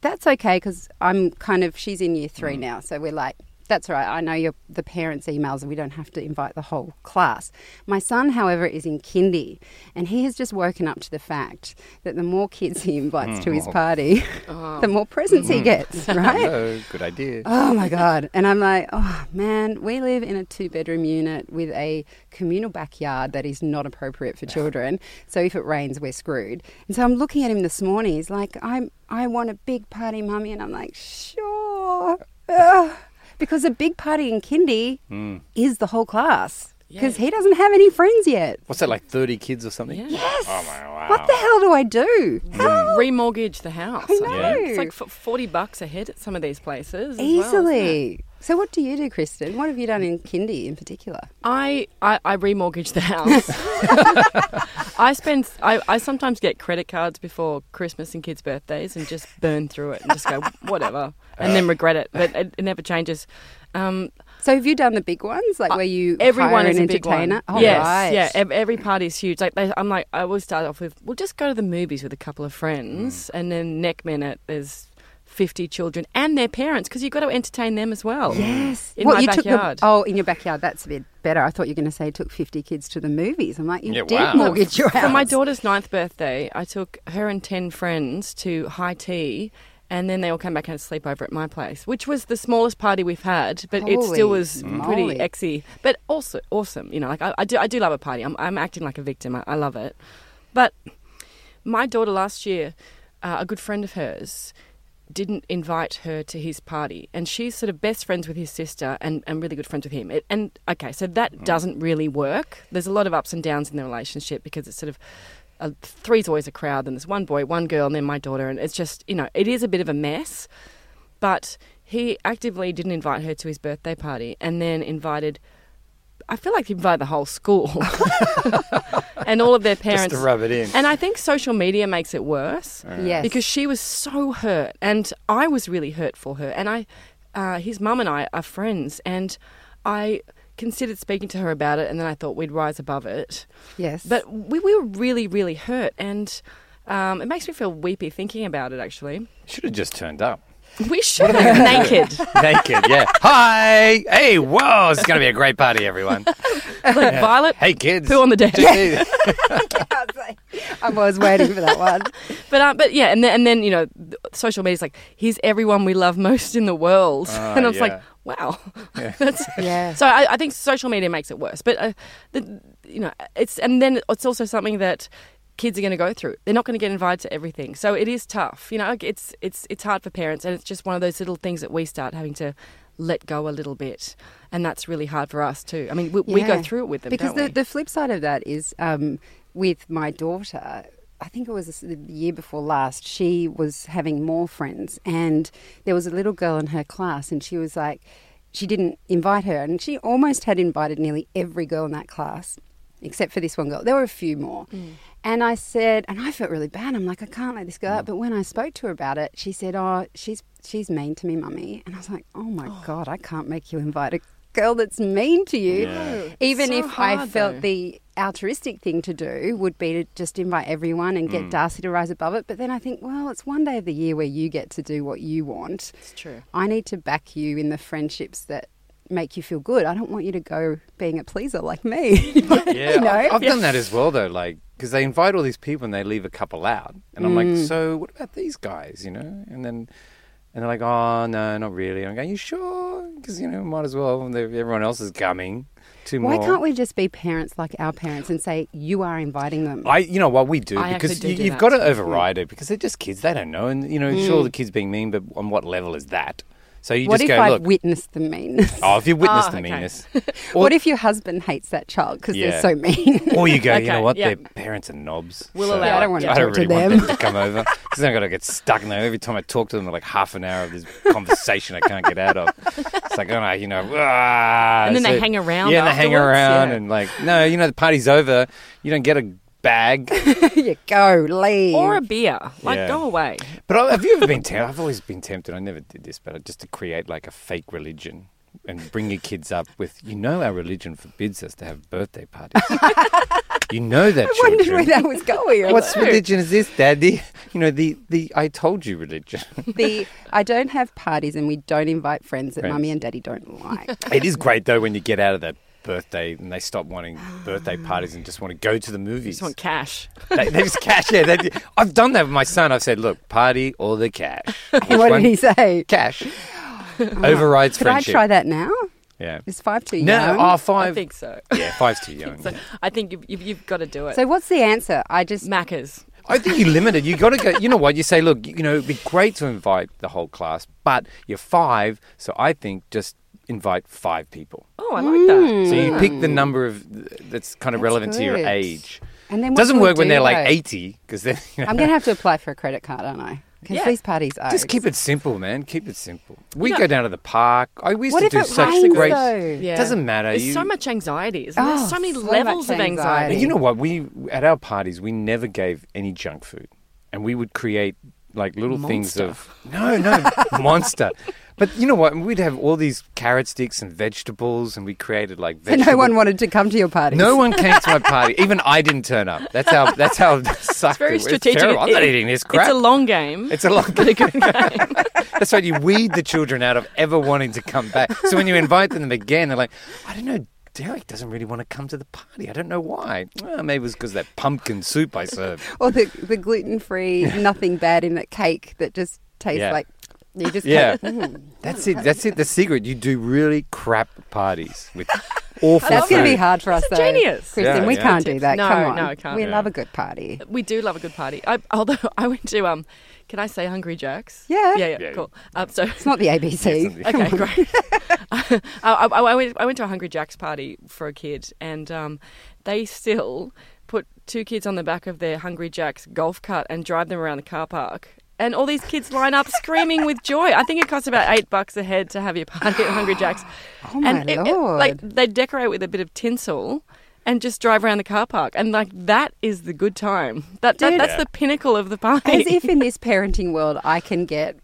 Speaker 1: that's okay because I'm kind of, she's in year three now. So we're like, that's all right. I know your, the parents' emails and we don't have to invite the whole class. My son, however, is in kindy and he has just woken up to the fact that the more kids he invites to his party, the more presents he gets, right?
Speaker 7: Hello, good idea.
Speaker 1: Oh my God. And I'm like, oh man, we live in a two bedroom unit with a communal backyard that is not appropriate for children. So if it rains, we're screwed. And so I'm looking at him this morning. He's like, I'm, I want a big party, mummy. And I'm like, sure. Ugh. Because a big party in kindy is the whole class. Because he doesn't have any friends yet. Oh
Speaker 7: What's that, like 30 kids or something?
Speaker 1: Yes. What the hell do I do? How?
Speaker 6: Remortgage the house.
Speaker 7: Oh,
Speaker 6: I
Speaker 1: I
Speaker 6: think. It's
Speaker 1: know.
Speaker 6: like f- forty bucks a head at some of these places. as well, isn't it?
Speaker 1: Easily. so what do you do, Kristen? What have you done in kindy in particular?
Speaker 6: I, I, I remortgage the house. I spend I, I sometimes get credit cards before Christmas and kids' birthdays and just burn through it and just go whatever and
Speaker 7: Uh.
Speaker 6: then regret it. But it, it never changes. Um,
Speaker 1: So have you done the big ones, like where you
Speaker 6: Uh, everyone
Speaker 1: hire
Speaker 6: is
Speaker 1: an
Speaker 6: a big one.
Speaker 1: entertainer? Oh,
Speaker 6: yes,
Speaker 1: right.
Speaker 6: yeah. ev- Every party's huge. Like they, I'm like I
Speaker 1: Mm.
Speaker 6: always start off with we'll just go to the movies with a couple of friends and then neck minute there's 50 children and their parents because you've got to entertain them as well.
Speaker 1: Yes.
Speaker 6: In
Speaker 1: What,
Speaker 6: my
Speaker 1: you took the-
Speaker 6: backyard.
Speaker 1: oh, in your backyard. That's a bit better. I thought you were going to say you took 50 kids to the movies. I'm like, you did mortgage your house.
Speaker 6: For my daughter's ninth birthday, I took her and 10 friends to high tea. And then they all came back and had a sleepover at my place, which was the smallest party we've had, but it
Speaker 1: Holy
Speaker 6: still was
Speaker 1: moly.
Speaker 6: pretty exy, but also awesome. You know, like I, I do, I do love a party. I'm, I'm acting like a victim. I, I love it. But my daughter last year, uh, a good friend of hers, didn't invite her to his party, and she's sort of best friends with his sister and, and really good friends with him. It, and okay, so that doesn't really work. There's a lot of ups and downs in the relationship because it's sort of uh three's always a crowd, and there's one boy, one girl, and then my daughter, and it's just you know it is a bit of a mess. But he actively didn't invite her to his birthday party, and then invited. I feel like he invited the whole school and all of their parents
Speaker 7: to rub it in.
Speaker 6: And I think social media makes it worse.
Speaker 7: Yeah. Yes.
Speaker 6: Because she was so hurt, and I was really hurt for her. And I, uh, his mum and I are friends, and I considered speaking to her about it, and then I thought we'd rise above it.
Speaker 1: Yes.
Speaker 6: But we, we were really, really hurt, and um, it makes me feel weepy thinking about it. Actually,
Speaker 7: Should have just turned up.
Speaker 6: we should
Speaker 7: What are they
Speaker 6: have
Speaker 7: gonna do?
Speaker 6: naked.
Speaker 7: naked, yeah. Hi, hey, whoa! It's going to be a great party, everyone.
Speaker 6: like
Speaker 7: Yeah.
Speaker 6: Violet.
Speaker 7: Hey, kids.
Speaker 6: Poo on the deck.
Speaker 7: Just-
Speaker 1: I was waiting for that one.
Speaker 6: But uh, but yeah, and then, and then you know, th- social media's like he's everyone we love most in the world,
Speaker 12: Ah,
Speaker 6: and I was
Speaker 12: yeah.
Speaker 6: like, wow,
Speaker 12: Yeah.
Speaker 6: that's
Speaker 12: Yeah.
Speaker 6: So I, I think social media makes it worse. But uh, the, you know, it's and then it's also something that kids are going to go through. They're not going to get invited to everything, so it is tough. You know, like, it's it's it's hard for parents, and it's just one of those little things that we start having to let go a little bit, and that's really hard for us too. I mean, we, we go
Speaker 1: Yeah.
Speaker 6: through it with them
Speaker 1: because
Speaker 6: don't we?
Speaker 1: the, the flip side of that is um, with my daughter i think it was this- the year before last she was having more friends and there was a little girl in her class and she was like she didn't invite her and she almost had invited nearly every girl in that class except for this one girl there were a few more and I said, and I felt really bad. I'm like, I can't let this go out. But when I spoke to her about it, she said, "Oh, she's she's mean to me, mummy." And I was like, "Oh my god, I can't make you invite a girl that's mean to you."
Speaker 12: No.
Speaker 1: Even
Speaker 12: So
Speaker 1: if I
Speaker 12: hard,
Speaker 1: felt
Speaker 12: though.
Speaker 1: the altruistic thing to do would be to just invite everyone and get
Speaker 12: Mm.
Speaker 1: Darcy to rise above it. But then I think, well, it's one day of the year where you get to do what you want. It's
Speaker 6: true.
Speaker 1: I need to back you in the friendships that make you feel good. I don't want you to go being a pleaser like me.
Speaker 7: yeah,
Speaker 1: You know?
Speaker 7: I've, I've done
Speaker 1: Yeah.
Speaker 7: that as well, though. Like, because they invite all these people and they leave a couple out, and I'm
Speaker 1: Mm.
Speaker 7: like, so what about these guys? You know, and then. And they're like, oh, no, not really. I'm going, you sure? Because, you know, might as well. They're- Everyone else is coming. Two
Speaker 1: Why
Speaker 7: more.
Speaker 1: can't we just be parents like our parents and say you are inviting them?
Speaker 7: I, you know what we do
Speaker 1: I
Speaker 7: because
Speaker 1: actually do
Speaker 7: you,
Speaker 1: do
Speaker 7: you've
Speaker 1: that.
Speaker 7: got to override it because they're just kids. They don't know, and you know,
Speaker 1: Mm.
Speaker 7: sure the kids being mean, but on what level is that? So you
Speaker 1: what
Speaker 7: just
Speaker 1: if
Speaker 7: go
Speaker 1: I've
Speaker 7: look.
Speaker 1: witnessed the meanness?
Speaker 7: oh, if you witness
Speaker 1: Ah,
Speaker 7: the
Speaker 1: okay.
Speaker 7: meanness,
Speaker 1: what if your husband hates that child because they're
Speaker 7: Yeah.
Speaker 1: so mean?
Speaker 7: or you go, you know what?
Speaker 1: yeah.
Speaker 7: Their parents are knobs.
Speaker 1: We'll allow Yeah, I don't wanna
Speaker 7: I don't
Speaker 1: talk to
Speaker 7: really want
Speaker 1: them.
Speaker 7: them to come over because then I've got to get stuck in there. Every time I talk to them, like half an hour of this conversation I can't get out of. It's like, oh no, you know, ah,
Speaker 6: And then they
Speaker 7: so-
Speaker 6: hang around
Speaker 7: Yeah, they hang
Speaker 6: afterwards,
Speaker 7: around
Speaker 6: yeah.
Speaker 7: and like, no, you know, the party's over. You don't get a bag.
Speaker 1: you go leave
Speaker 6: or a beer. Like
Speaker 7: Yeah.
Speaker 6: go away.
Speaker 7: But I, have you ever been tempted? I've always been tempted. I never did this, but just to create like a fake religion and bring your kids up with, you know, our religion forbids us to have birthday parties. you know that.
Speaker 1: I wondered where
Speaker 7: children.
Speaker 1: that was going.
Speaker 7: What's religion is this, Daddy? You know the the I told you religion.
Speaker 1: The I don't have parties and we don't invite friends that
Speaker 7: Friends.
Speaker 1: mummy and daddy don't like.
Speaker 7: it is great though when you get out of that birthday and they stop wanting birthday parties and just want to go to the movies.
Speaker 6: Just want cash.
Speaker 7: They, they just cash. Yeah, they, I've done that with my son. I've said, look, party or the cash. Which
Speaker 1: what did
Speaker 7: one-
Speaker 1: he say?
Speaker 7: Cash. Overrides
Speaker 1: Could
Speaker 7: friendship.
Speaker 1: I try that now?
Speaker 7: Yeah.
Speaker 1: Is five too
Speaker 7: No,
Speaker 1: young?
Speaker 7: oh, five.
Speaker 6: I think so.
Speaker 7: Yeah, five's too young.
Speaker 6: So I think you've, you've, you've got to do it.
Speaker 1: So what's the answer? I just
Speaker 6: Macca's.
Speaker 7: I think you limit it. You got to go. You know what? You say, look, you know, it'd be great to invite the whole class, but you're five, so I think just invite five people.
Speaker 6: Oh, I like that.
Speaker 7: So you pick the number of that's kind of relevant to
Speaker 1: Mm.
Speaker 7: your
Speaker 1: good.
Speaker 7: age.
Speaker 1: And then what
Speaker 7: doesn't
Speaker 1: do we
Speaker 7: work when
Speaker 1: do,
Speaker 7: they're like
Speaker 1: though?
Speaker 7: eighty because then you know,
Speaker 1: I'm going to have to apply for a credit card, aren't I? Because these parties are
Speaker 7: Just keep it simple, man. Keep it simple. We
Speaker 6: You know-
Speaker 7: go down to the park. I we used
Speaker 1: What
Speaker 7: to
Speaker 1: if
Speaker 7: do
Speaker 1: it
Speaker 7: such
Speaker 1: rains,
Speaker 7: great.
Speaker 1: though? Yeah.
Speaker 7: Doesn't matter.
Speaker 6: There's
Speaker 7: you,
Speaker 6: so much anxiety. Isn't there?
Speaker 1: Oh,
Speaker 6: There's so many
Speaker 1: so
Speaker 6: levels
Speaker 1: much
Speaker 6: of anxiety.
Speaker 7: And you know what? We at our parties we never gave any junk food, and we would create like little things
Speaker 6: Monster.
Speaker 7: of no, no monster. But you know what? We'd have all these carrot sticks and vegetables, and we created like
Speaker 1: And
Speaker 7: vegetable.
Speaker 1: no one wanted to come to your party.
Speaker 7: No one came to my party. Even I didn't turn up. That's how. That's how. It's
Speaker 6: very strategic.
Speaker 7: terrible. I'm not
Speaker 6: It-
Speaker 7: eating this crap.
Speaker 6: It's a long game.
Speaker 7: It's a long game. That's right. You weed the children out of ever wanting to come back. So when you invite them again, they're like, I don't know. Derek doesn't really want to come to the party. I don't know why. Well, maybe it was because of that pumpkin soup I served.
Speaker 1: Or the, the gluten free, nothing bad in that cake that just tastes
Speaker 7: Yeah.
Speaker 1: like you just
Speaker 7: Yeah.
Speaker 1: can't- Mm.
Speaker 7: That's it. That's it. The secret. You do really crap parties with awful.
Speaker 1: That's going to be
Speaker 7: food.
Speaker 1: hard for us, though.
Speaker 6: genius.
Speaker 1: Kristen,
Speaker 7: Yeah,
Speaker 1: we
Speaker 7: yeah.
Speaker 1: can't do that.
Speaker 6: No,
Speaker 1: Come on.
Speaker 6: no, I can't.
Speaker 1: We
Speaker 6: Yeah.
Speaker 1: love a good party.
Speaker 6: We do love a good party. I, although I went to um, can I say Hungry Jacks?
Speaker 1: Yeah.
Speaker 6: yeah, yeah, cool. Um, so
Speaker 1: It's not the ABC.
Speaker 6: okay, great. I, I, I went, I went to a Hungry Jack's party for a kid, and um, they still put two kids on the back of their Hungry Jack's golf cart and drive them around the car park. And all these kids line up screaming with joy. I think it costs about eight bucks a head to have your party at Hungry Jack's.
Speaker 1: Oh my
Speaker 6: and it- it- like they decorate with a bit of tinsel and just drive around the car park. And like that is the good time. That, that
Speaker 1: Dude.
Speaker 6: that's the pinnacle of the party.
Speaker 1: As if in this parenting world I can get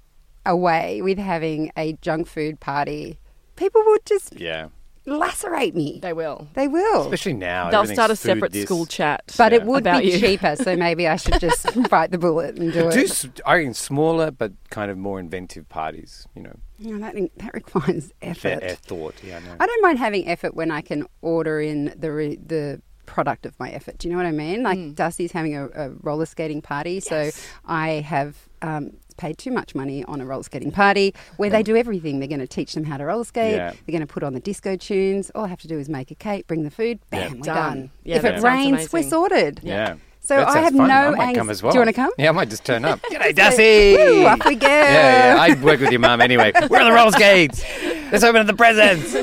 Speaker 1: away with having a junk food party. People would just
Speaker 7: Yeah.
Speaker 1: lacerate me.
Speaker 6: They will.
Speaker 1: They will.
Speaker 7: Especially now.
Speaker 6: They'll
Speaker 7: Oh, everything's
Speaker 6: start a
Speaker 7: food
Speaker 6: separate
Speaker 7: this.
Speaker 6: school chat.
Speaker 1: But it would
Speaker 6: about
Speaker 1: be
Speaker 6: you.
Speaker 1: cheaper, so maybe I should just bite the bullet and do
Speaker 7: Do
Speaker 1: it.
Speaker 7: s- I reckon smaller but kind of more inventive parties. You know,
Speaker 1: No, that, that requires effort.
Speaker 7: Fair- eh, thought. Yeah, I know.
Speaker 1: I don't mind having effort when I can order in the re- the product of my effort. Do you know what I mean? Like
Speaker 7: Mm.
Speaker 1: Dusty's having a, a roller skating party, so I have. Um, Paid too much money on a roller skating party where they do everything. They're going to teach them how to roller skate.
Speaker 7: Yeah.
Speaker 1: They're going to put on the disco tunes. All I have to do is make a cake, bring the food, bam,
Speaker 7: Yeah.
Speaker 1: we're
Speaker 6: Done.
Speaker 1: done.
Speaker 6: Yeah,
Speaker 1: if
Speaker 6: that
Speaker 1: it
Speaker 6: sounds
Speaker 1: rains, we're
Speaker 6: amazing.
Speaker 1: sorted.
Speaker 7: yeah.
Speaker 1: So
Speaker 7: That
Speaker 1: I
Speaker 7: sounds
Speaker 1: have
Speaker 7: fun.
Speaker 1: no
Speaker 7: I might
Speaker 1: anx-
Speaker 7: come as well.
Speaker 1: Do you want to come?
Speaker 7: Yeah, I might just turn up. G'day,
Speaker 1: So-
Speaker 7: Dusty.
Speaker 1: Woo, up we go.
Speaker 7: Yeah, yeah, I work with your mum anyway. Where are the roller skates? Let's open up the presents.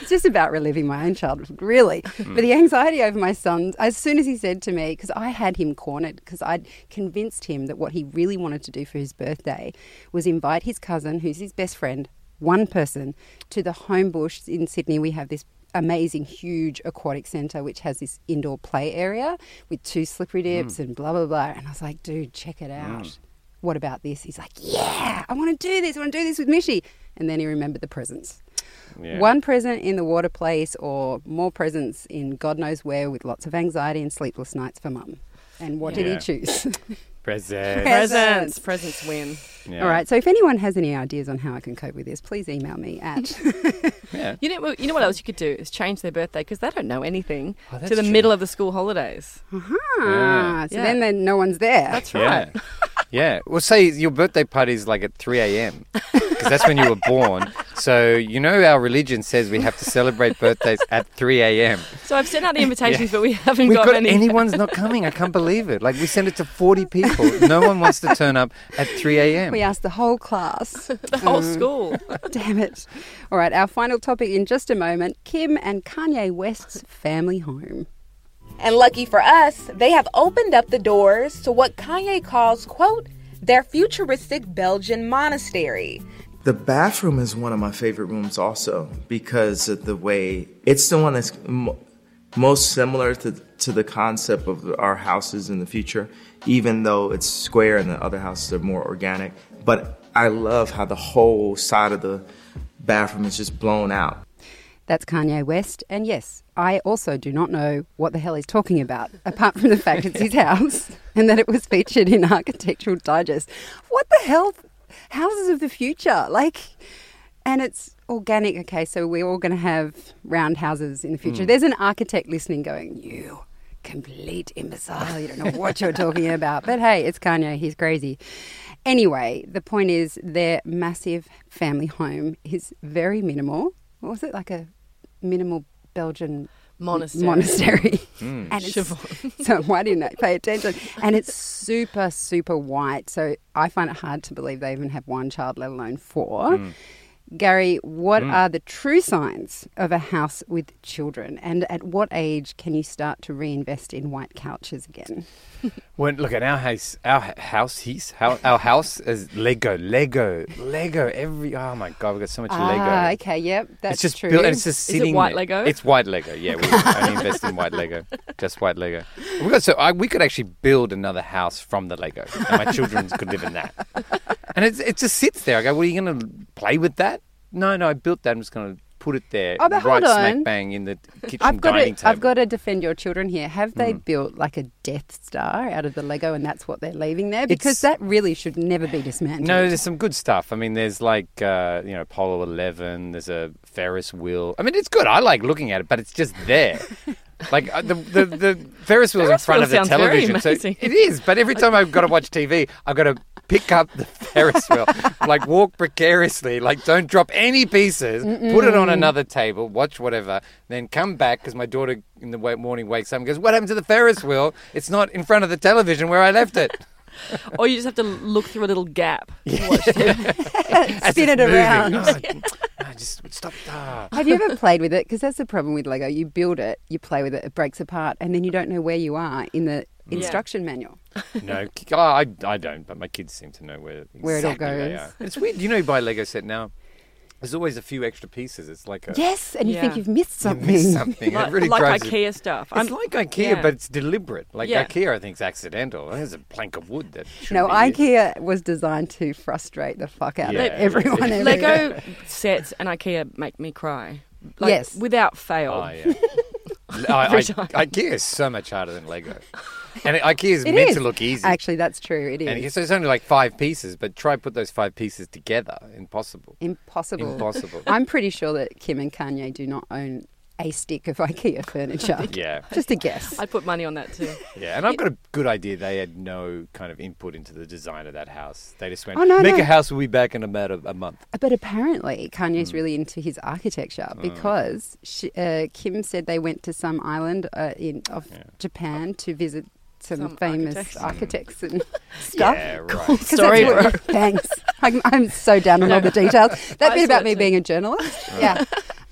Speaker 1: It's just about reliving my own childhood, really. But the anxiety over my son, as soon as he said to me, because I had him cornered, because I'd convinced him that what he really wanted to do for his birthday was invite his cousin, who's his best friend, one person, to the home bush in Sydney. We have this amazing, huge aquatic centre which has this indoor play area with two slippery dips and blah, blah, blah. And I was like, dude, check it out. What about this? He's like, yeah, I want to do this. I want to do this with Mishy. And then he remembered the presents.
Speaker 7: Yeah.
Speaker 1: One present in the water place or more presents in God knows where with lots of anxiety and sleepless nights for mum. And what
Speaker 7: Yeah.
Speaker 1: did he choose?
Speaker 7: Presents.
Speaker 6: Presents. Presents win.
Speaker 7: Yeah.
Speaker 1: All right, so if anyone has any ideas on how I can cope with this, please email me at.
Speaker 7: Yeah.
Speaker 6: You know, well, you know what else you could do is change their birthday because they don't know anything
Speaker 7: Oh, that's
Speaker 6: to the
Speaker 7: true.
Speaker 6: middle of the school holidays.
Speaker 1: ah, so
Speaker 6: Yeah.
Speaker 1: then, then no one's there.
Speaker 6: That's
Speaker 7: Yeah.
Speaker 6: right.
Speaker 7: Yeah. Well, say your birthday party's like at 3 a.m. because that's when you were born. So, you know, our religion says we have to celebrate birthdays at 3 a.m.
Speaker 6: So I've sent out the invitations, but we haven't
Speaker 7: We've
Speaker 6: got,
Speaker 7: got
Speaker 6: any.
Speaker 7: anyone's not coming. I can't believe it. Like, we send it to 40 people. No one wants to turn up at 3 a.m.
Speaker 1: We asked the whole class.
Speaker 6: The whole school.
Speaker 1: Damn it. All right, our final topic in just a moment Kim and Kanye West's family home.
Speaker 12: And lucky for us, they have opened up the doors to what Kanye calls, quote, their futuristic Belgian monastery.
Speaker 13: The bathroom is one of my favorite rooms also because of the way it's the one that's m- most similar to, to the concept of our houses in the future, even though it's square and the other houses are more organic. But I love how the whole side of the bathroom is just blown out.
Speaker 1: That's Kanye West. And yes, I also do not know what the hell he's talking about, apart from the fact it's his house and that it was featured in Architectural Digest. What the hell? Houses of the future. Like, and it's organic. Okay, so we're all going to have round houses in the future. There's an architect listening going, you. Complete imbecile. You don't know what you're talking about. But hey, it's Kanye. He's crazy. Anyway, the point is their massive family home is very minimal. What was it? Like a minimal Belgian
Speaker 6: Monastery.
Speaker 1: monastery. and
Speaker 6: Siobhan.
Speaker 1: it's, so why didn't I pay attention? And it's super, super white. So I find it hard to believe they even have one child, let alone four. Gary, what
Speaker 7: Mm.
Speaker 1: are the true signs of a house with children? And at what age can you start to reinvest in white couches again?
Speaker 7: When look at our house, our h- house, his, how, our house is Lego, Lego, Lego. Every oh my god, we've got so much
Speaker 1: Ah,
Speaker 7: Lego.
Speaker 1: okay, yep, that's
Speaker 7: it's just
Speaker 1: true.
Speaker 7: built and it's just
Speaker 6: Is it
Speaker 7: sitting.
Speaker 6: white
Speaker 7: there.
Speaker 6: Lego?
Speaker 7: It's white Lego. Yeah, we only invest in white Lego. Just white Lego. We got so I, we could actually build another house from the Lego, and my children could live in that. And it's, it just sits there. I go, what are you going to play with that. No, no, I built that. I'm just going to put it there,
Speaker 1: Oh, but
Speaker 7: right
Speaker 1: hold on.
Speaker 7: smack bang in the kitchen
Speaker 1: I've got
Speaker 7: dining
Speaker 1: to,
Speaker 7: table.
Speaker 1: I've got to defend your children here. Have they
Speaker 7: Mm.
Speaker 1: built like a Death Star out of the Lego, and that's what they're leaving there? Because that really should never be dismantled.
Speaker 7: No, there's some good stuff. I mean, there's like uh, you know Apollo 11. There's a Ferris wheel. I mean, it's good. I like looking at it, but it's just there. like uh, the, the the Ferris wheel's in
Speaker 6: Ferris
Speaker 7: front
Speaker 6: wheel
Speaker 7: of the
Speaker 6: sounds very
Speaker 7: television. So
Speaker 6: amazing.
Speaker 7: it is. But every time I've got to watch TV, I've got to pick up the Ferris wheel, like walk precariously, like don't drop any pieces. Put it on
Speaker 14: Mm-mm.
Speaker 7: another table. Watch whatever. Then come back because my daughter in the wa- morning wakes up and goes, "What happened to the Ferris wheel? It's not in front of the television where I left it."
Speaker 6: or you just have to look through a little gap.
Speaker 7: As
Speaker 1: Spin it
Speaker 7: it's moving.
Speaker 1: around.
Speaker 7: Oh, I just stop. Ah.
Speaker 1: Have you ever played with it? Because that's the problem with Lego. You build it, you play with it, it breaks apart, and then you don't know where you are in the
Speaker 7: Yeah.
Speaker 1: instruction manual.
Speaker 7: No, ki- oh, I, I don't, but my kids seem to know where exactly
Speaker 1: Where it all
Speaker 7: They
Speaker 1: goes.
Speaker 7: are. It's weird, you know. You buy a Lego set now. There's always a few extra pieces. It's like a
Speaker 1: Yes, and you think
Speaker 6: Yeah.
Speaker 1: you've missed
Speaker 7: You
Speaker 1: something.
Speaker 7: missed something.
Speaker 6: Like-
Speaker 7: it really
Speaker 6: like
Speaker 7: drives
Speaker 6: IKEA stuff.
Speaker 7: It's
Speaker 6: I'm-
Speaker 7: like IKEA,
Speaker 6: Yeah.
Speaker 7: but it's deliberate. Like
Speaker 6: Yeah.
Speaker 7: IKEA, I think is accidental. There's a plank of wood that.
Speaker 1: No,
Speaker 7: shouldn't be here.
Speaker 1: IKEA was designed to frustrate the fuck out
Speaker 7: Yeah.
Speaker 1: of everyone. everywhere.
Speaker 6: Lego sets and IKEA make me cry. Like,
Speaker 1: Yes.
Speaker 6: without fail.
Speaker 7: Oh, yeah. I, I,
Speaker 6: Every time.
Speaker 7: IKEA is so much harder than Lego, and IKEA is
Speaker 1: It
Speaker 7: meant
Speaker 1: is.
Speaker 7: to look easy.
Speaker 1: Actually, that's true. It is.
Speaker 7: And so it's only like five pieces, but try put those five pieces together. Impossible.
Speaker 1: Impossible.
Speaker 7: Impossible.
Speaker 1: I'm pretty sure that Kim and Kanye do not own a stick of IKEA furniture.
Speaker 7: Yeah.
Speaker 1: Just a guess.
Speaker 6: I'd put money on that too.
Speaker 7: Yeah, and I've got a good idea. They had no kind of input into the design of that house. They just went,
Speaker 1: Oh, no,
Speaker 7: make
Speaker 1: no.
Speaker 7: a house, we'll be back in a matter of a month.
Speaker 1: But apparently,
Speaker 7: Hmm.
Speaker 1: Kanye's really into his architecture because she, uh, Kim said they went to some island uh, in of Japan to visit some,
Speaker 6: Some
Speaker 1: famous
Speaker 6: architects.
Speaker 1: architects, and stuff.
Speaker 7: Yeah, Hmm. right.
Speaker 1: Cool
Speaker 7: Cool
Speaker 6: story, bro.
Speaker 1: thanks. I'm, I'm so down on all the details. That
Speaker 6: I
Speaker 1: bit
Speaker 6: saw
Speaker 1: about
Speaker 6: it
Speaker 1: me
Speaker 6: too.
Speaker 1: being a journalist.
Speaker 7: Right.
Speaker 1: Yeah,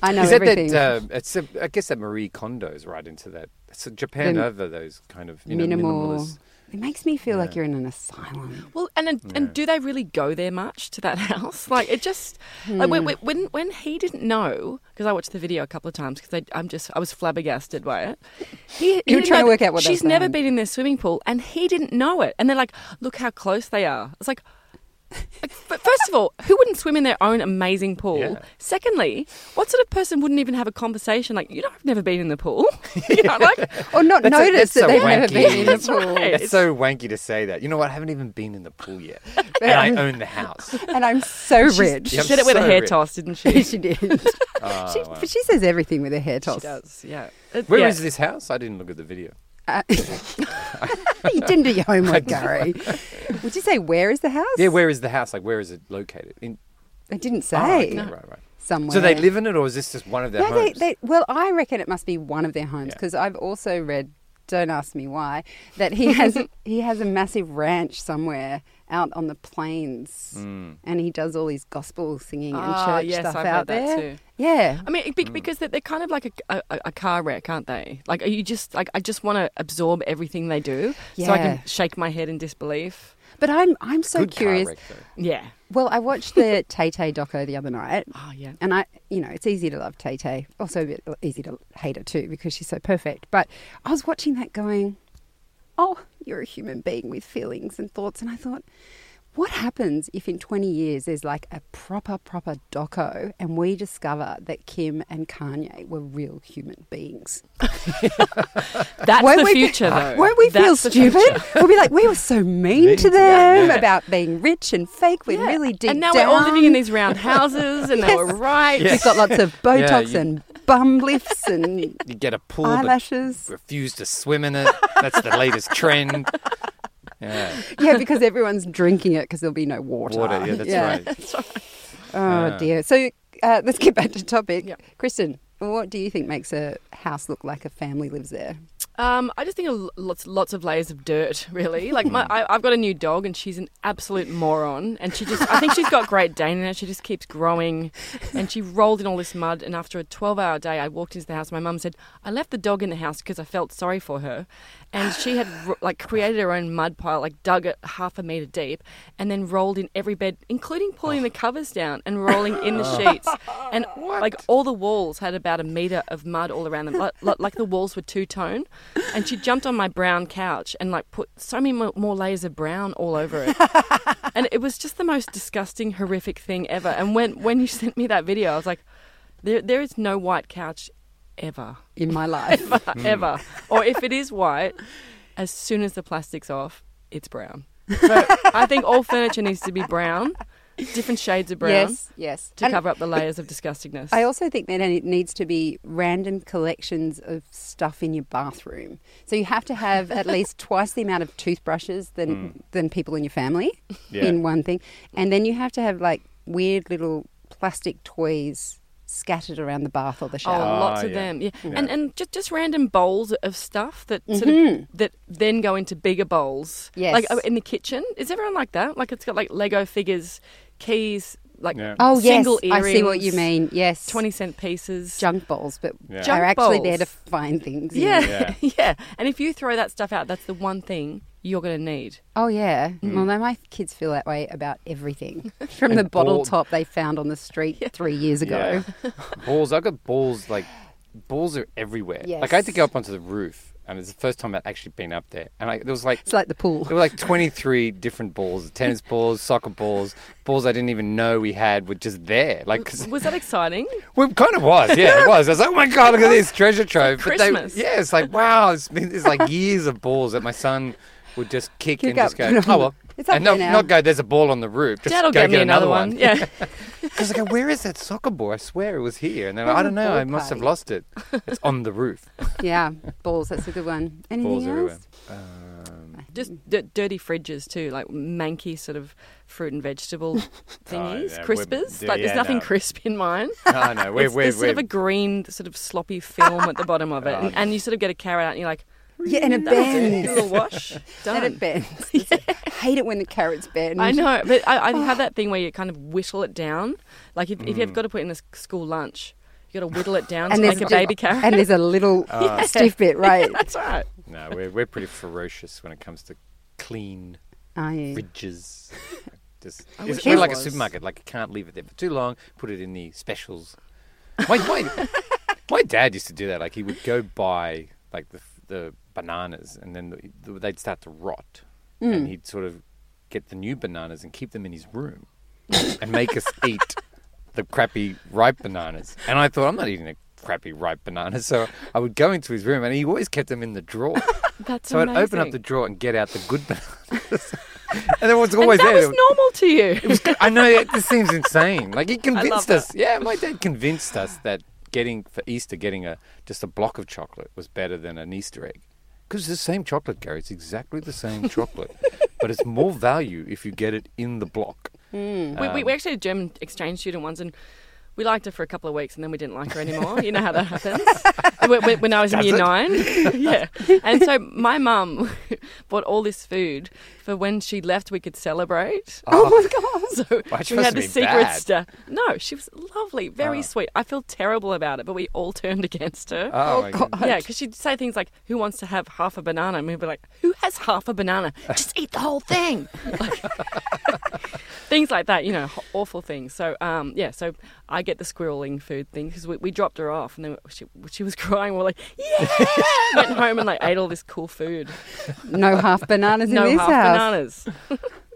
Speaker 1: I know
Speaker 7: Is that
Speaker 1: everything.
Speaker 7: That, uh, it's a, I guess that Marie Kondo's right into that. So Japan
Speaker 1: The
Speaker 7: over those kind of you know,
Speaker 1: Minimal.
Speaker 7: minimalist.
Speaker 1: It makes me feel like you're in an asylum.
Speaker 6: Well, and and, and do they really go there much to that house? Like it just like
Speaker 1: Hmm.
Speaker 6: when, when- when when he didn't know because I watched the video a couple of times because I'm just I was flabbergasted by it. He,
Speaker 1: You were trying
Speaker 6: didn't know
Speaker 1: to
Speaker 6: that-
Speaker 1: work out what they
Speaker 6: she's
Speaker 1: were
Speaker 6: never
Speaker 1: saying.
Speaker 6: been in their swimming pool and he didn't know it. And they're like, look how close they are. It's like. like, But first of all, who wouldn't swim in their own amazing pool?
Speaker 7: Yeah.
Speaker 6: Secondly, what sort of person wouldn't even have a conversation like, you know, I've never been in the pool. you know, like,
Speaker 1: Or not
Speaker 7: That's a-
Speaker 1: notice
Speaker 7: that's so
Speaker 1: that they've never
Speaker 7: wanky.
Speaker 1: been in a
Speaker 6: That's
Speaker 1: pool.
Speaker 6: right.
Speaker 7: It's so wanky to say that. You know what? I haven't even been in the pool yet, and I
Speaker 1: I'm-
Speaker 7: own the house.
Speaker 1: And I'm so
Speaker 6: She's-
Speaker 1: rich.
Speaker 6: She said it with a
Speaker 7: so
Speaker 6: hair
Speaker 7: rich.
Speaker 6: toss, didn't she?
Speaker 1: she did.
Speaker 7: Oh,
Speaker 1: she,
Speaker 7: wow.
Speaker 1: but she says everything with her hair toss.
Speaker 6: She does, yeah. It-
Speaker 7: Where is
Speaker 6: yeah.
Speaker 7: this house? I didn't look at the video.
Speaker 1: Uh, you didn't do your homework, Gary. Would you say where is the house?
Speaker 7: Yeah, where is the house? Like, where is it located? In
Speaker 1: They didn't say.
Speaker 7: Oh, okay, right, right.
Speaker 1: Somewhere.
Speaker 7: So they live in it, or is this just one of their
Speaker 1: no,
Speaker 7: homes?
Speaker 1: They, they, well, I reckon it must be one of their homes
Speaker 7: Yeah.
Speaker 1: because I've also read. Don't ask me why. That he has he has a massive ranch somewhere out on the plains,
Speaker 6: Mm.
Speaker 1: and he does all his gospel singing and
Speaker 6: Ah,
Speaker 1: church
Speaker 6: yes,
Speaker 1: stuff
Speaker 6: I've
Speaker 1: out
Speaker 6: read that
Speaker 1: there.
Speaker 6: too.
Speaker 1: Yeah,
Speaker 6: I mean, it- be- because they're, they're kind of like a, a, a car wreck, aren't they? Like, are you just like I just want to absorb everything they do, so I
Speaker 1: Yeah.
Speaker 6: can shake my head in disbelief.
Speaker 1: but I'm I'm so
Speaker 6: Good car
Speaker 1: curious.
Speaker 6: wreck, though. Yeah.
Speaker 1: Well, I watched the Tay Tay doco the other night.
Speaker 6: Oh yeah.
Speaker 1: And I, you know, it's easy to love Tay Tay, also a bit easy to hate her too because she's so perfect. But I was watching that going, oh, you're a human being with feelings and thoughts. And I thought, what happens if in 20 years there's like a proper, proper doco and we discover that Kim and Kanye were real human beings?
Speaker 6: That's
Speaker 1: Won't
Speaker 6: the
Speaker 1: we be-
Speaker 6: future, though.
Speaker 1: Won't we feel
Speaker 6: That's the future.
Speaker 1: stupid? we'll be like, we were so mean,
Speaker 6: Mean
Speaker 1: to them
Speaker 6: to them, yeah.
Speaker 1: about being rich and fake. We
Speaker 6: Yeah.
Speaker 1: really deep
Speaker 6: And now we're all living
Speaker 1: down-
Speaker 6: in these round houses, and they
Speaker 1: Yes.
Speaker 6: were right.
Speaker 1: We've got lots of
Speaker 7: Yeah,
Speaker 1: Botox
Speaker 7: you-
Speaker 1: and bum lifts and
Speaker 7: You get a pool,
Speaker 1: Eyelashes.
Speaker 7: but refuse to swim in it. That's the latest trend. Yeah,
Speaker 1: yeah, because everyone's drinking it because there'll be no water.
Speaker 7: water. Yeah, that's right.
Speaker 1: Oh
Speaker 7: Yeah.
Speaker 1: dear. So uh, let's get back to topic. Kristen, what do you think makes a house look like a family lives there?
Speaker 6: Um, I just think of lots, lots of layers of dirt. Really, like my, I, I've got a new dog, and she's an absolute moron. And she just, I think she's got Great Dane in her. She just keeps growing, and she rolled in all this mud. And after a twelve-hour day, I walked into the house. My mum said, "I left the dog in the house because I felt sorry for her," and she had r- like created her own mud pile, like dug it half a meter deep, and then rolled in every bed, including pulling the covers down and rolling in the
Speaker 7: Oh.
Speaker 6: sheets. And like all the walls had about a meter of mud all around them. Like, like the walls were two tone. and she jumped on my brown couch and like put so many mo- more layers of brown all over it. and it was just the most disgusting, horrific thing ever. And when when you sent me that video, I was like, there there is no white couch ever
Speaker 1: in my life
Speaker 6: ever,
Speaker 1: Mm.
Speaker 6: ever. Or if it is white, as soon as the plastic's off, it's brown. So I think all furniture needs to be brown, different shades of brown.
Speaker 1: Yes, yes.
Speaker 6: To
Speaker 1: And-
Speaker 6: cover up the layers of disgustingness.
Speaker 1: I also think that it needs to be random collections of stuff in your bathroom. So you have to have at least twice the amount of toothbrushes than
Speaker 14: Mm.
Speaker 1: than people in your family
Speaker 14: Yeah.
Speaker 1: in one thing, and then you have to have like weird little plastic toys scattered around the bath or the
Speaker 6: Oh,
Speaker 1: shower.
Speaker 6: lots of them. Yeah. And and just, just random bowls of stuff that sort
Speaker 1: Mhm.
Speaker 6: of that then go into bigger bowls.
Speaker 1: Yes.
Speaker 6: Like oh, in the kitchen. Is everyone like that? Like it's got like Lego figures, keys, like
Speaker 1: Oh yes,
Speaker 6: single
Speaker 1: I
Speaker 6: earrings.
Speaker 1: see what you mean. Yes,
Speaker 6: twenty cent pieces,
Speaker 1: junk bowls, but
Speaker 6: Yeah.
Speaker 1: are
Speaker 6: Junk
Speaker 1: actually there
Speaker 6: bowls.
Speaker 1: to find things. in.
Speaker 6: Yeah. Yeah. And if you throw that stuff out, that's the one thing you're going to need.
Speaker 1: Oh yeah.
Speaker 6: Mm.
Speaker 1: Well, now my kids feel that way about everything, from
Speaker 7: And
Speaker 1: the bottle
Speaker 7: ball-
Speaker 1: top they found on the street three years ago.
Speaker 7: Yeah. balls. I got balls. Like balls are everywhere. Like I had to
Speaker 1: Yes.
Speaker 7: go up onto the roof, and it's the first time I'd actually been up there. And I, there was like
Speaker 1: It's like the pool.
Speaker 7: There were like twenty three different balls: tennis balls, soccer balls, balls I didn't even know we had were just there. Like 'cause-
Speaker 6: Was that exciting?
Speaker 7: well, it kind of was. Yeah, it was. I was like, oh my god, look at this treasure trove.
Speaker 6: Christmas.
Speaker 7: They, yeah, it's like wow. It's been it's like years of balls that my son. Would just kick,
Speaker 6: Kick
Speaker 7: and just
Speaker 6: up,
Speaker 7: go,
Speaker 6: put on
Speaker 7: oh
Speaker 6: the-
Speaker 7: well,
Speaker 6: It's up
Speaker 7: and
Speaker 6: there
Speaker 7: not,
Speaker 6: now.
Speaker 7: not go. There's a ball on the roof. Just
Speaker 6: Dad'll
Speaker 7: go
Speaker 6: get me
Speaker 7: get
Speaker 6: another one. Yeah.
Speaker 7: Because I go, where is that soccer ball? I swear it was here. And they're like, I don't know. I must have lost it. It's on the roof.
Speaker 1: yeah, balls. That's a good one. Anything
Speaker 7: Balls
Speaker 1: else?
Speaker 7: everywhere.
Speaker 6: Just d- dirty fridges too, like manky sort of fruit and vegetable thingies,
Speaker 7: Oh, yeah, we're-
Speaker 6: crispers.
Speaker 7: yeah,
Speaker 6: like there's
Speaker 7: yeah,
Speaker 6: nothing
Speaker 7: no.
Speaker 6: crisp in mine.
Speaker 7: No, no, we're-
Speaker 6: It's-
Speaker 7: we're-
Speaker 6: there's sort of
Speaker 7: we're-
Speaker 6: a green, sort of sloppy film at the bottom of it,
Speaker 7: Oh,
Speaker 6: and,
Speaker 7: no.
Speaker 6: and you sort of get a carrot out, and you're like,
Speaker 1: Yeah, and it
Speaker 6: "That was it,
Speaker 1: bends.
Speaker 6: a little wash, done.
Speaker 1: Then it bends. I hate it when the carrots bend.
Speaker 6: I know, but I, I have that thing where you kind of whittle it down. Like if,
Speaker 7: Mm.
Speaker 6: if you've got to put in a s- school lunch, you got to whittle it down to
Speaker 1: there's
Speaker 6: like a baby carrot.
Speaker 1: And there's a little
Speaker 7: Ah.
Speaker 1: stiff bit, right?
Speaker 6: That's right.
Speaker 7: No, we're, we're pretty ferocious when it comes to clean
Speaker 1: Are you?
Speaker 7: fridges. Just,
Speaker 1: I
Speaker 7: is,
Speaker 1: wish
Speaker 7: we're
Speaker 1: I
Speaker 7: like a
Speaker 1: was.
Speaker 7: supermarket. Like, you can't leave it there for too long. Put it in the specials. My, my, my dad used to do that. Like, he would go buy, like, the, the bananas, and then the, they'd start to rot.
Speaker 15: Mm.
Speaker 1: Hmm.
Speaker 7: And he'd sort of get the new bananas and keep them in his room and make us eat the crappy ripe bananas. And I thought, I'm not eating a crappy ripe banana. So I would go into his room, and he always kept them in the drawer.
Speaker 6: That's
Speaker 7: so I'd open up
Speaker 6: amazing.
Speaker 7: the drawer and get out the good bananas. and there was always
Speaker 6: and that
Speaker 7: there.
Speaker 6: was normal to you. It
Speaker 7: was I know it, this seems insane. Like he
Speaker 6: love
Speaker 7: convinced
Speaker 6: that.
Speaker 7: us. Yeah, my dad convinced us that getting for Easter getting a just a block of chocolate was better than an Easter egg because it's the same chocolate, Gary. It's exactly the same chocolate, but it's more value if you get it in the block.
Speaker 6: we, we,
Speaker 7: Um,
Speaker 6: we actually had a German exchange student once, and we liked her for a couple of weeks, and then we didn't like her anymore. you know how that happens. when, when- when I was in
Speaker 14: Does
Speaker 6: year
Speaker 14: it?
Speaker 6: nine, yeah. And so my mum bought all this food for when she left, we could celebrate.
Speaker 14: Oh
Speaker 6: my god! So
Speaker 14: Why, she
Speaker 6: we
Speaker 14: must
Speaker 6: had
Speaker 14: have
Speaker 6: this
Speaker 14: been
Speaker 6: secret
Speaker 14: bad.
Speaker 6: stuff. No, she was lovely, very
Speaker 14: Oh.
Speaker 6: sweet. I feel terrible about it, but we all turned against her.
Speaker 14: Oh, Oh, my God.
Speaker 6: Yeah, because she'd say things like, "Who wants to have half a banana?" And we'd be like, "Who has half a banana? Just eat the whole thing." things like that, you know, h- awful things. So, um, yeah, so I get the squirreling food thing because we, we dropped her off and then she, she was crying. We're like, yeah! Went home and like ate all this cool food.
Speaker 1: No half bananas
Speaker 6: No
Speaker 1: in this
Speaker 6: half
Speaker 1: house.
Speaker 6: bananas.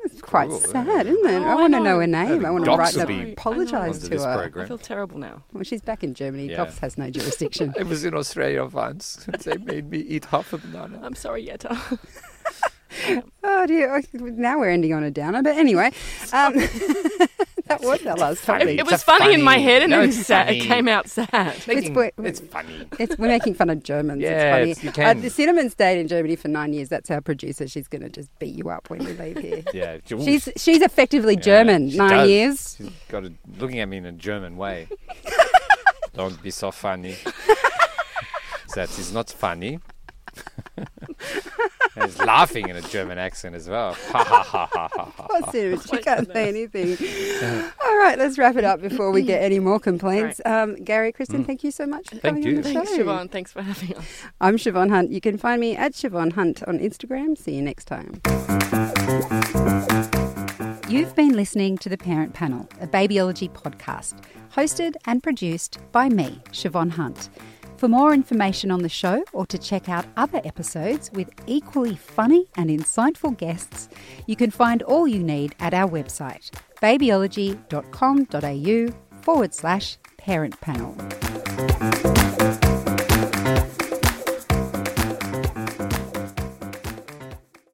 Speaker 1: It's quite
Speaker 6: Cool,
Speaker 1: sad, isn't it? I want to know her name. I want to
Speaker 7: Docs
Speaker 1: write
Speaker 7: will
Speaker 1: and
Speaker 7: be
Speaker 1: apologise
Speaker 7: onto
Speaker 1: to uh,
Speaker 7: this
Speaker 1: her.
Speaker 7: program.
Speaker 6: I feel terrible now.
Speaker 1: Well, she's back in Germany.
Speaker 7: Yeah.
Speaker 1: Docs has no jurisdiction.
Speaker 7: I was in Australia once. and They made me eat half a banana.
Speaker 6: I'm sorry, Yetta.
Speaker 1: Oh dear! I- Now we're ending on a downer. But anyway, um, that was our last topic.
Speaker 6: It, it was funny, in my head and then it, was sad, it came out sad.
Speaker 1: It's- It's, we're making fun of Germans.
Speaker 6: Yeah,
Speaker 1: it's funny.
Speaker 6: it's- you can.
Speaker 1: Uh, the cinnamon stayed in Germany for nine years. That's our producer. She's going to just beat you up when we leave here.
Speaker 7: Yeah,
Speaker 1: she's she's effectively
Speaker 7: Yeah,
Speaker 1: German.
Speaker 7: she
Speaker 1: nine
Speaker 7: does.
Speaker 1: years.
Speaker 7: She's got a, looking at me in a German way. Don't be so funny. that is not funny. and is laughing in a German accent as well. Ha ha ha ha ha ha.
Speaker 1: Oh, cinnamon, she can't say anything. All right, let's wrap it up before we get any more complaints. Um, Gary, Kristen,
Speaker 6: Mm.
Speaker 1: thank you so much for
Speaker 6: Thank
Speaker 1: coming
Speaker 6: you.
Speaker 1: on the
Speaker 6: Thanks,
Speaker 1: show.
Speaker 6: Siobhan. Thanks for having us.
Speaker 1: I'm Siobhan Hunt. You can find me at Siobhan Hunt on Instagram. See you next time. You've been listening to The Parent Panel, a babyology podcast, hosted and produced by me, Siobhan Hunt. For more information on the show or to check out other episodes with equally funny and insightful guests, you can find all you need at our website, babyology.com.au forward slash parent panel.